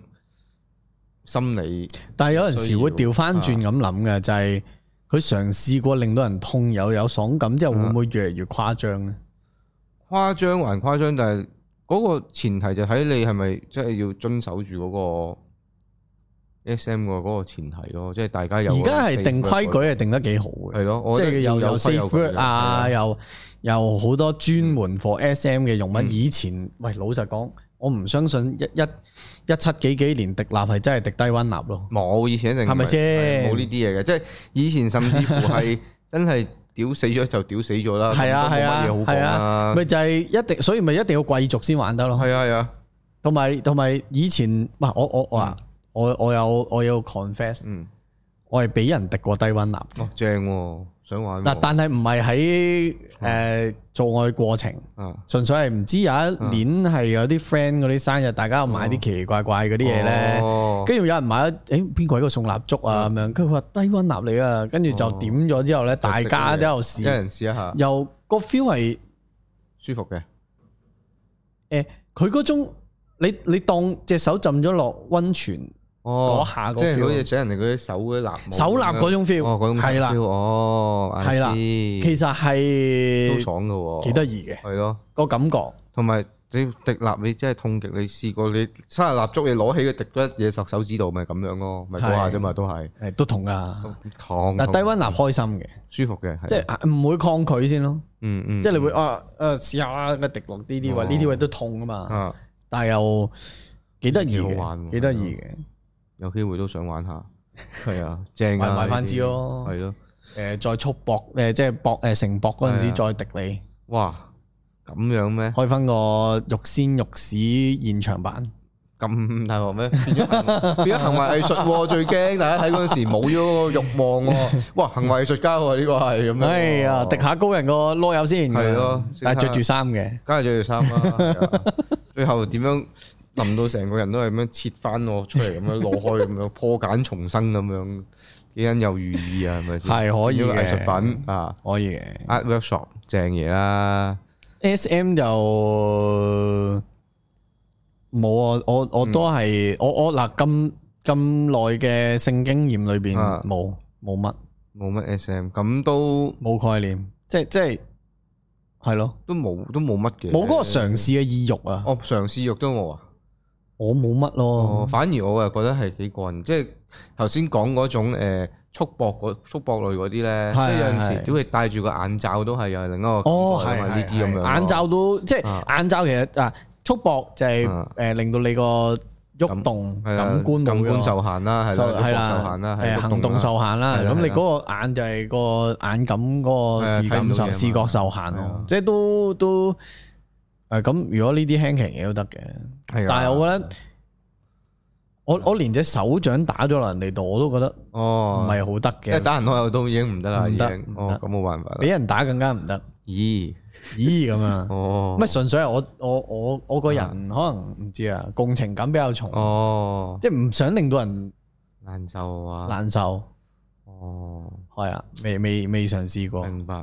Speaker 1: 心理，
Speaker 2: 但係有陣時會
Speaker 1: 需要啊
Speaker 2: 調翻轉咁諗嘅，就係佢嘗試過令到人痛有有爽感之後，會
Speaker 1: 啊
Speaker 2: 唔會越嚟越誇張咧？
Speaker 1: 誇張還誇張，但係嗰個前提就喺你係咪即係要遵守住嗰個 S.M. 嘅嗰個前提咯，即係大家有
Speaker 2: 而家係定規矩
Speaker 1: 矩
Speaker 2: 係定得幾好嘅。
Speaker 1: 係咯，我
Speaker 2: 即
Speaker 1: 覺
Speaker 2: 係
Speaker 1: 得
Speaker 2: 又
Speaker 1: 要
Speaker 2: 有
Speaker 1: 規
Speaker 2: safe
Speaker 1: 有矩
Speaker 2: word 啊，
Speaker 1: 係嗯
Speaker 2: 又又好多專門 for SM 嘅用品。以前喂，老實講，我唔相信一一一七幾幾年迪立係真係迪低温立咯。
Speaker 1: 冇以前一定
Speaker 2: 係咪先
Speaker 1: 係冇呢啲嘢嘅，即係以前甚至乎 係真係屌死咗就屌死咗啦，
Speaker 2: 係啊
Speaker 1: 咁
Speaker 2: 係
Speaker 1: 都冇乜
Speaker 2: 啊
Speaker 1: 嘢好
Speaker 2: 係
Speaker 1: 講
Speaker 2: 啊
Speaker 1: 啦，
Speaker 2: 咪就係一定，所以咪一定要貴族先玩得咯。
Speaker 1: 係啊係啊，
Speaker 2: 同埋同埋以前，唔係我我我啊，我我有我有 confess，
Speaker 1: 嗯，
Speaker 2: 我係俾人迪過低温立。
Speaker 1: 哦正喎，想玩
Speaker 2: 嗱，
Speaker 1: 喎
Speaker 2: 但係唔係喺
Speaker 1: 嗯
Speaker 2: 誒做愛過程。
Speaker 1: 啊
Speaker 2: 純粹係唔知有
Speaker 1: 嗯
Speaker 2: 一年係有啲 friend 嗰啲生日，大家買啲奇奇怪怪嗰啲嘢咧，
Speaker 1: 哦嗯
Speaker 2: 跟住有人買咗，誒邊個喺度送蠟燭啊咁樣，跟住佢話低温蠟嚟啊，跟住
Speaker 1: 哦
Speaker 2: 就點咗之後咧，大家都有
Speaker 1: 一
Speaker 2: 試，
Speaker 1: 人試一下，
Speaker 2: 又個 feel 係
Speaker 1: 舒服嘅，
Speaker 2: 誒佢嗰種，你你當隻手浸咗落温泉
Speaker 1: 哦
Speaker 2: 嗰下嗰
Speaker 1: 即係
Speaker 2: feel 啊
Speaker 1: 好似整人哋嗰啲手嗰啲蠟舞
Speaker 2: 手蠟嗰種
Speaker 1: 咁樣啊哦嗰
Speaker 2: feel，
Speaker 1: 種
Speaker 2: 係啦
Speaker 1: feel，，哦
Speaker 2: 係啦
Speaker 1: 其
Speaker 2: 其實
Speaker 1: 都
Speaker 2: 係
Speaker 1: 爽嘅喎，
Speaker 2: 幾得意嘅
Speaker 1: 係咯。
Speaker 2: 個感覺。
Speaker 1: 同埋你滴蠟，你真係痛極，你試過你生日蠟燭，你攞起佢滴咗一嘢十手指度，咪咁樣咯，咪嗰下啫嘛，都係
Speaker 2: 誒都痛噶，
Speaker 1: 痛。
Speaker 2: 但
Speaker 1: 痛
Speaker 2: 低温蠟開心嘅，
Speaker 1: 舒服嘅，係
Speaker 2: 即係啊唔會抗拒先咯。
Speaker 1: 嗯嗯，
Speaker 2: 即係你會啊誒試下啦，咁啊滴落呢啲位，
Speaker 1: 哦
Speaker 2: 呢啲位都痛啊嘛，
Speaker 1: 啊
Speaker 2: 但係又幾得意
Speaker 1: 幾好玩
Speaker 2: 嘅，
Speaker 1: 喎
Speaker 2: 幾得意嘅。
Speaker 1: 有機會都想玩下，係啊，正
Speaker 2: 買
Speaker 1: 啊，
Speaker 2: 買翻支咯
Speaker 1: 係咯，
Speaker 2: 誒再束搏誒即係搏誒成搏嗰陣時
Speaker 1: 係啊
Speaker 2: 再滴你，
Speaker 1: 哇，咁樣咩？
Speaker 2: 開翻個肉仙肉屎現場版，
Speaker 1: 咁大鑊咩？變咗行變咗行為藝術喎，最驚大家睇嗰陣時冇咗個慾 望喎，哇，行為藝術家喎，呢個係咁樣，
Speaker 2: 哎呀滴，下高人個囉柚先，
Speaker 1: 係咯
Speaker 2: 但係着住衫嘅，
Speaker 1: 梗係着住 衫啦，係啊最後點樣淋到成個人都係咁樣切翻我出嚟，咁樣攞開咁樣破繭重生咁樣，幾人有寓意啊？係咪先？
Speaker 2: 係可以
Speaker 1: 變咗
Speaker 2: 嘅
Speaker 1: 個藝術品啊！
Speaker 2: 可以嘅。
Speaker 1: Art workshop 正嘢啦，
Speaker 2: S.M. 就冇啊，我我都係我我嗱咁咁耐嘅性經驗裏邊
Speaker 1: 啊
Speaker 2: 冇冇乜。
Speaker 1: 冇乜 SM，咁都
Speaker 2: 冇概念，即係即係係咯，
Speaker 1: 都冇都冇乜嘅，
Speaker 2: 冇嗰個嘗試嘅意欲啊！
Speaker 1: 哦，嘗試欲都冇啊！
Speaker 2: 我冇乜
Speaker 1: 哦，
Speaker 2: 咯，
Speaker 1: 反而我啊覺得係幾過癮，即係頭先講嗰種誒束縛嗰束縛類嗰啲咧，即
Speaker 2: 係
Speaker 1: 係有陣
Speaker 2: 係
Speaker 1: 時屌你戴住個眼罩都係又係另一個
Speaker 2: 哦
Speaker 1: 感
Speaker 2: 係
Speaker 1: 覺啊嘛呢啲
Speaker 2: 係
Speaker 1: 咁樣咯
Speaker 2: 眼罩都即
Speaker 1: 啊
Speaker 2: 係眼罩其實啊束縛就係
Speaker 1: 啊
Speaker 2: 誒令到你個喐動
Speaker 1: 係啦啊
Speaker 2: 感官
Speaker 1: 感
Speaker 2: 冇
Speaker 1: 官
Speaker 2: 咗
Speaker 1: 受限啦，係
Speaker 2: 受
Speaker 1: 啦，
Speaker 2: 係
Speaker 1: 觸覺受限啦，
Speaker 2: 啦，
Speaker 1: 係
Speaker 2: 誒行動
Speaker 1: 啦
Speaker 2: 受限啦，
Speaker 1: 係啦係
Speaker 2: 咁你
Speaker 1: 啦
Speaker 2: 嗰個眼就係個眼感嗰個視
Speaker 1: 係睇唔到
Speaker 2: 感
Speaker 1: 嘢
Speaker 2: 受
Speaker 1: 嘛
Speaker 2: 視覺受限
Speaker 1: 係
Speaker 2: 咯
Speaker 1: 啊，
Speaker 2: 即係都都誒咁。如果呢啲輕騎嘢都得嘅，
Speaker 1: 係啊
Speaker 2: 但係我覺得
Speaker 1: 啊
Speaker 2: 我我連隻手掌打咗落人哋度，我都覺得。
Speaker 1: 哦
Speaker 2: 唔，係好得
Speaker 1: 即係
Speaker 2: 嘅，
Speaker 1: 打人開口都已經唔得啦，
Speaker 2: 唔
Speaker 1: 已
Speaker 2: 得
Speaker 1: 經
Speaker 2: 唔
Speaker 1: 哦
Speaker 2: 得
Speaker 1: 咁冇辦法啦
Speaker 2: 俾。人打更加唔得。
Speaker 1: 咦，
Speaker 2: 咦咁 啊？
Speaker 1: 哦，
Speaker 2: 乜純粹係我我我我個人可能唔知啊，共情感比較重，
Speaker 1: 哦，
Speaker 2: 即係唔想令到人
Speaker 1: 難受啊，
Speaker 2: 難受。
Speaker 1: 哦，
Speaker 2: 係啊，未未未嘗試過。
Speaker 1: 明白。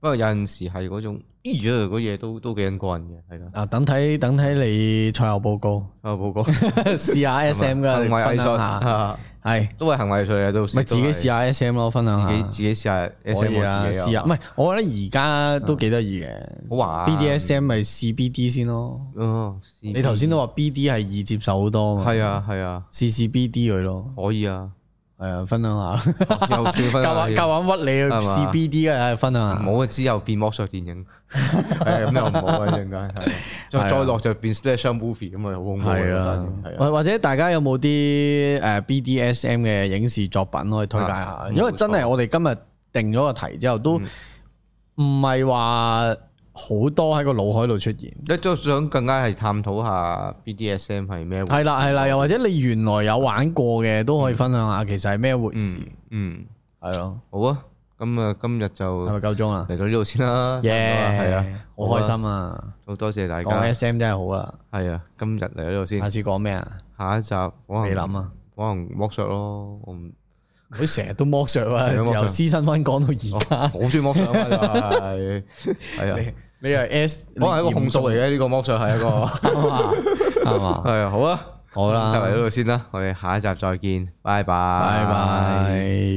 Speaker 1: 不過有陣時係嗰種，咦呀嗰嘢都都幾撚過癮嘅，係啦。
Speaker 2: 啊，等睇等睇你賽後報 告，
Speaker 1: 啊，寶哥，
Speaker 2: 試下 S M 噶，
Speaker 1: 啊行為
Speaker 2: 你
Speaker 1: 藝
Speaker 2: 分享
Speaker 1: 術
Speaker 2: 下，
Speaker 1: 啊
Speaker 2: 係
Speaker 1: 都係行為藝術嘅，都
Speaker 2: 咪自己試下 S M 咯，分享
Speaker 1: 自己
Speaker 2: 下
Speaker 1: 自。己試下 S
Speaker 2: 可
Speaker 1: M
Speaker 2: 以啊，
Speaker 1: 自
Speaker 2: 試
Speaker 1: 己
Speaker 2: 下，
Speaker 1: 啊
Speaker 2: 唔係，我覺得而家都幾得意嘅。
Speaker 1: 好玩
Speaker 2: BDSM 咪試 BD 先咯。
Speaker 1: 哦，你
Speaker 2: 你頭先都話 BD 係易接受好多嘛，
Speaker 1: 係啊係啊，
Speaker 2: 試試 BD 佢咯，
Speaker 1: 可以 啊，
Speaker 2: 係啊，分享下，
Speaker 1: 又仲分
Speaker 2: 教
Speaker 1: 享
Speaker 2: 玩
Speaker 1: 下
Speaker 2: 教玩屈你去
Speaker 1: 啊係嘛
Speaker 2: 試 BD 啊，分享下。
Speaker 1: 冇啊，之後變剝削電 影，係咁又唔好啊，陣間係啊
Speaker 2: 係啊
Speaker 1: 再再落就變 slash movie 咁啊，好恐怖
Speaker 2: 係啊，
Speaker 1: 係啊，
Speaker 2: 或或者大家有冇啲誒 BDSM 嘅影視作品可以推介下
Speaker 1: 啊？
Speaker 2: 因為真係我哋今日定咗個題之後，都唔係話好多喺個腦海度出現。
Speaker 1: 你都想更加係探討下 BDSM 係咩回事？
Speaker 2: 係啦係啦，又或者你原來有玩過嘅都可以分享下，其實係咩回事
Speaker 1: 嗯？嗯，
Speaker 2: 係咯，
Speaker 1: 好啊，咁啊今日就
Speaker 2: 係咪夠鐘啊？
Speaker 1: 嚟到呢度先啦，
Speaker 2: 耶！
Speaker 1: 係啊，
Speaker 2: 好開心啊！
Speaker 1: 好多謝大
Speaker 2: 講
Speaker 1: 家，
Speaker 2: SM 真係好啊！
Speaker 1: 係啊，今日嚟到呢度
Speaker 2: 下
Speaker 1: 先，
Speaker 2: 次講咩啊？
Speaker 1: 下一集可能
Speaker 2: 未諗啊！
Speaker 1: 可能剝削咯，我唔。
Speaker 2: 佢成日都剝削啊，
Speaker 1: 成日都剝削
Speaker 2: 由私生温講到而家，
Speaker 1: 好中意剝削啊，係係啊，
Speaker 2: 你哦係 S，
Speaker 1: 可能係一個控訴嚟嘅呢個剝削係一個，
Speaker 2: 係啊嘛？
Speaker 1: 係啊，好啊，
Speaker 2: 好啦
Speaker 1: 就嚟呢度先啦，我哋下一集再見，拜拜，
Speaker 2: 拜拜。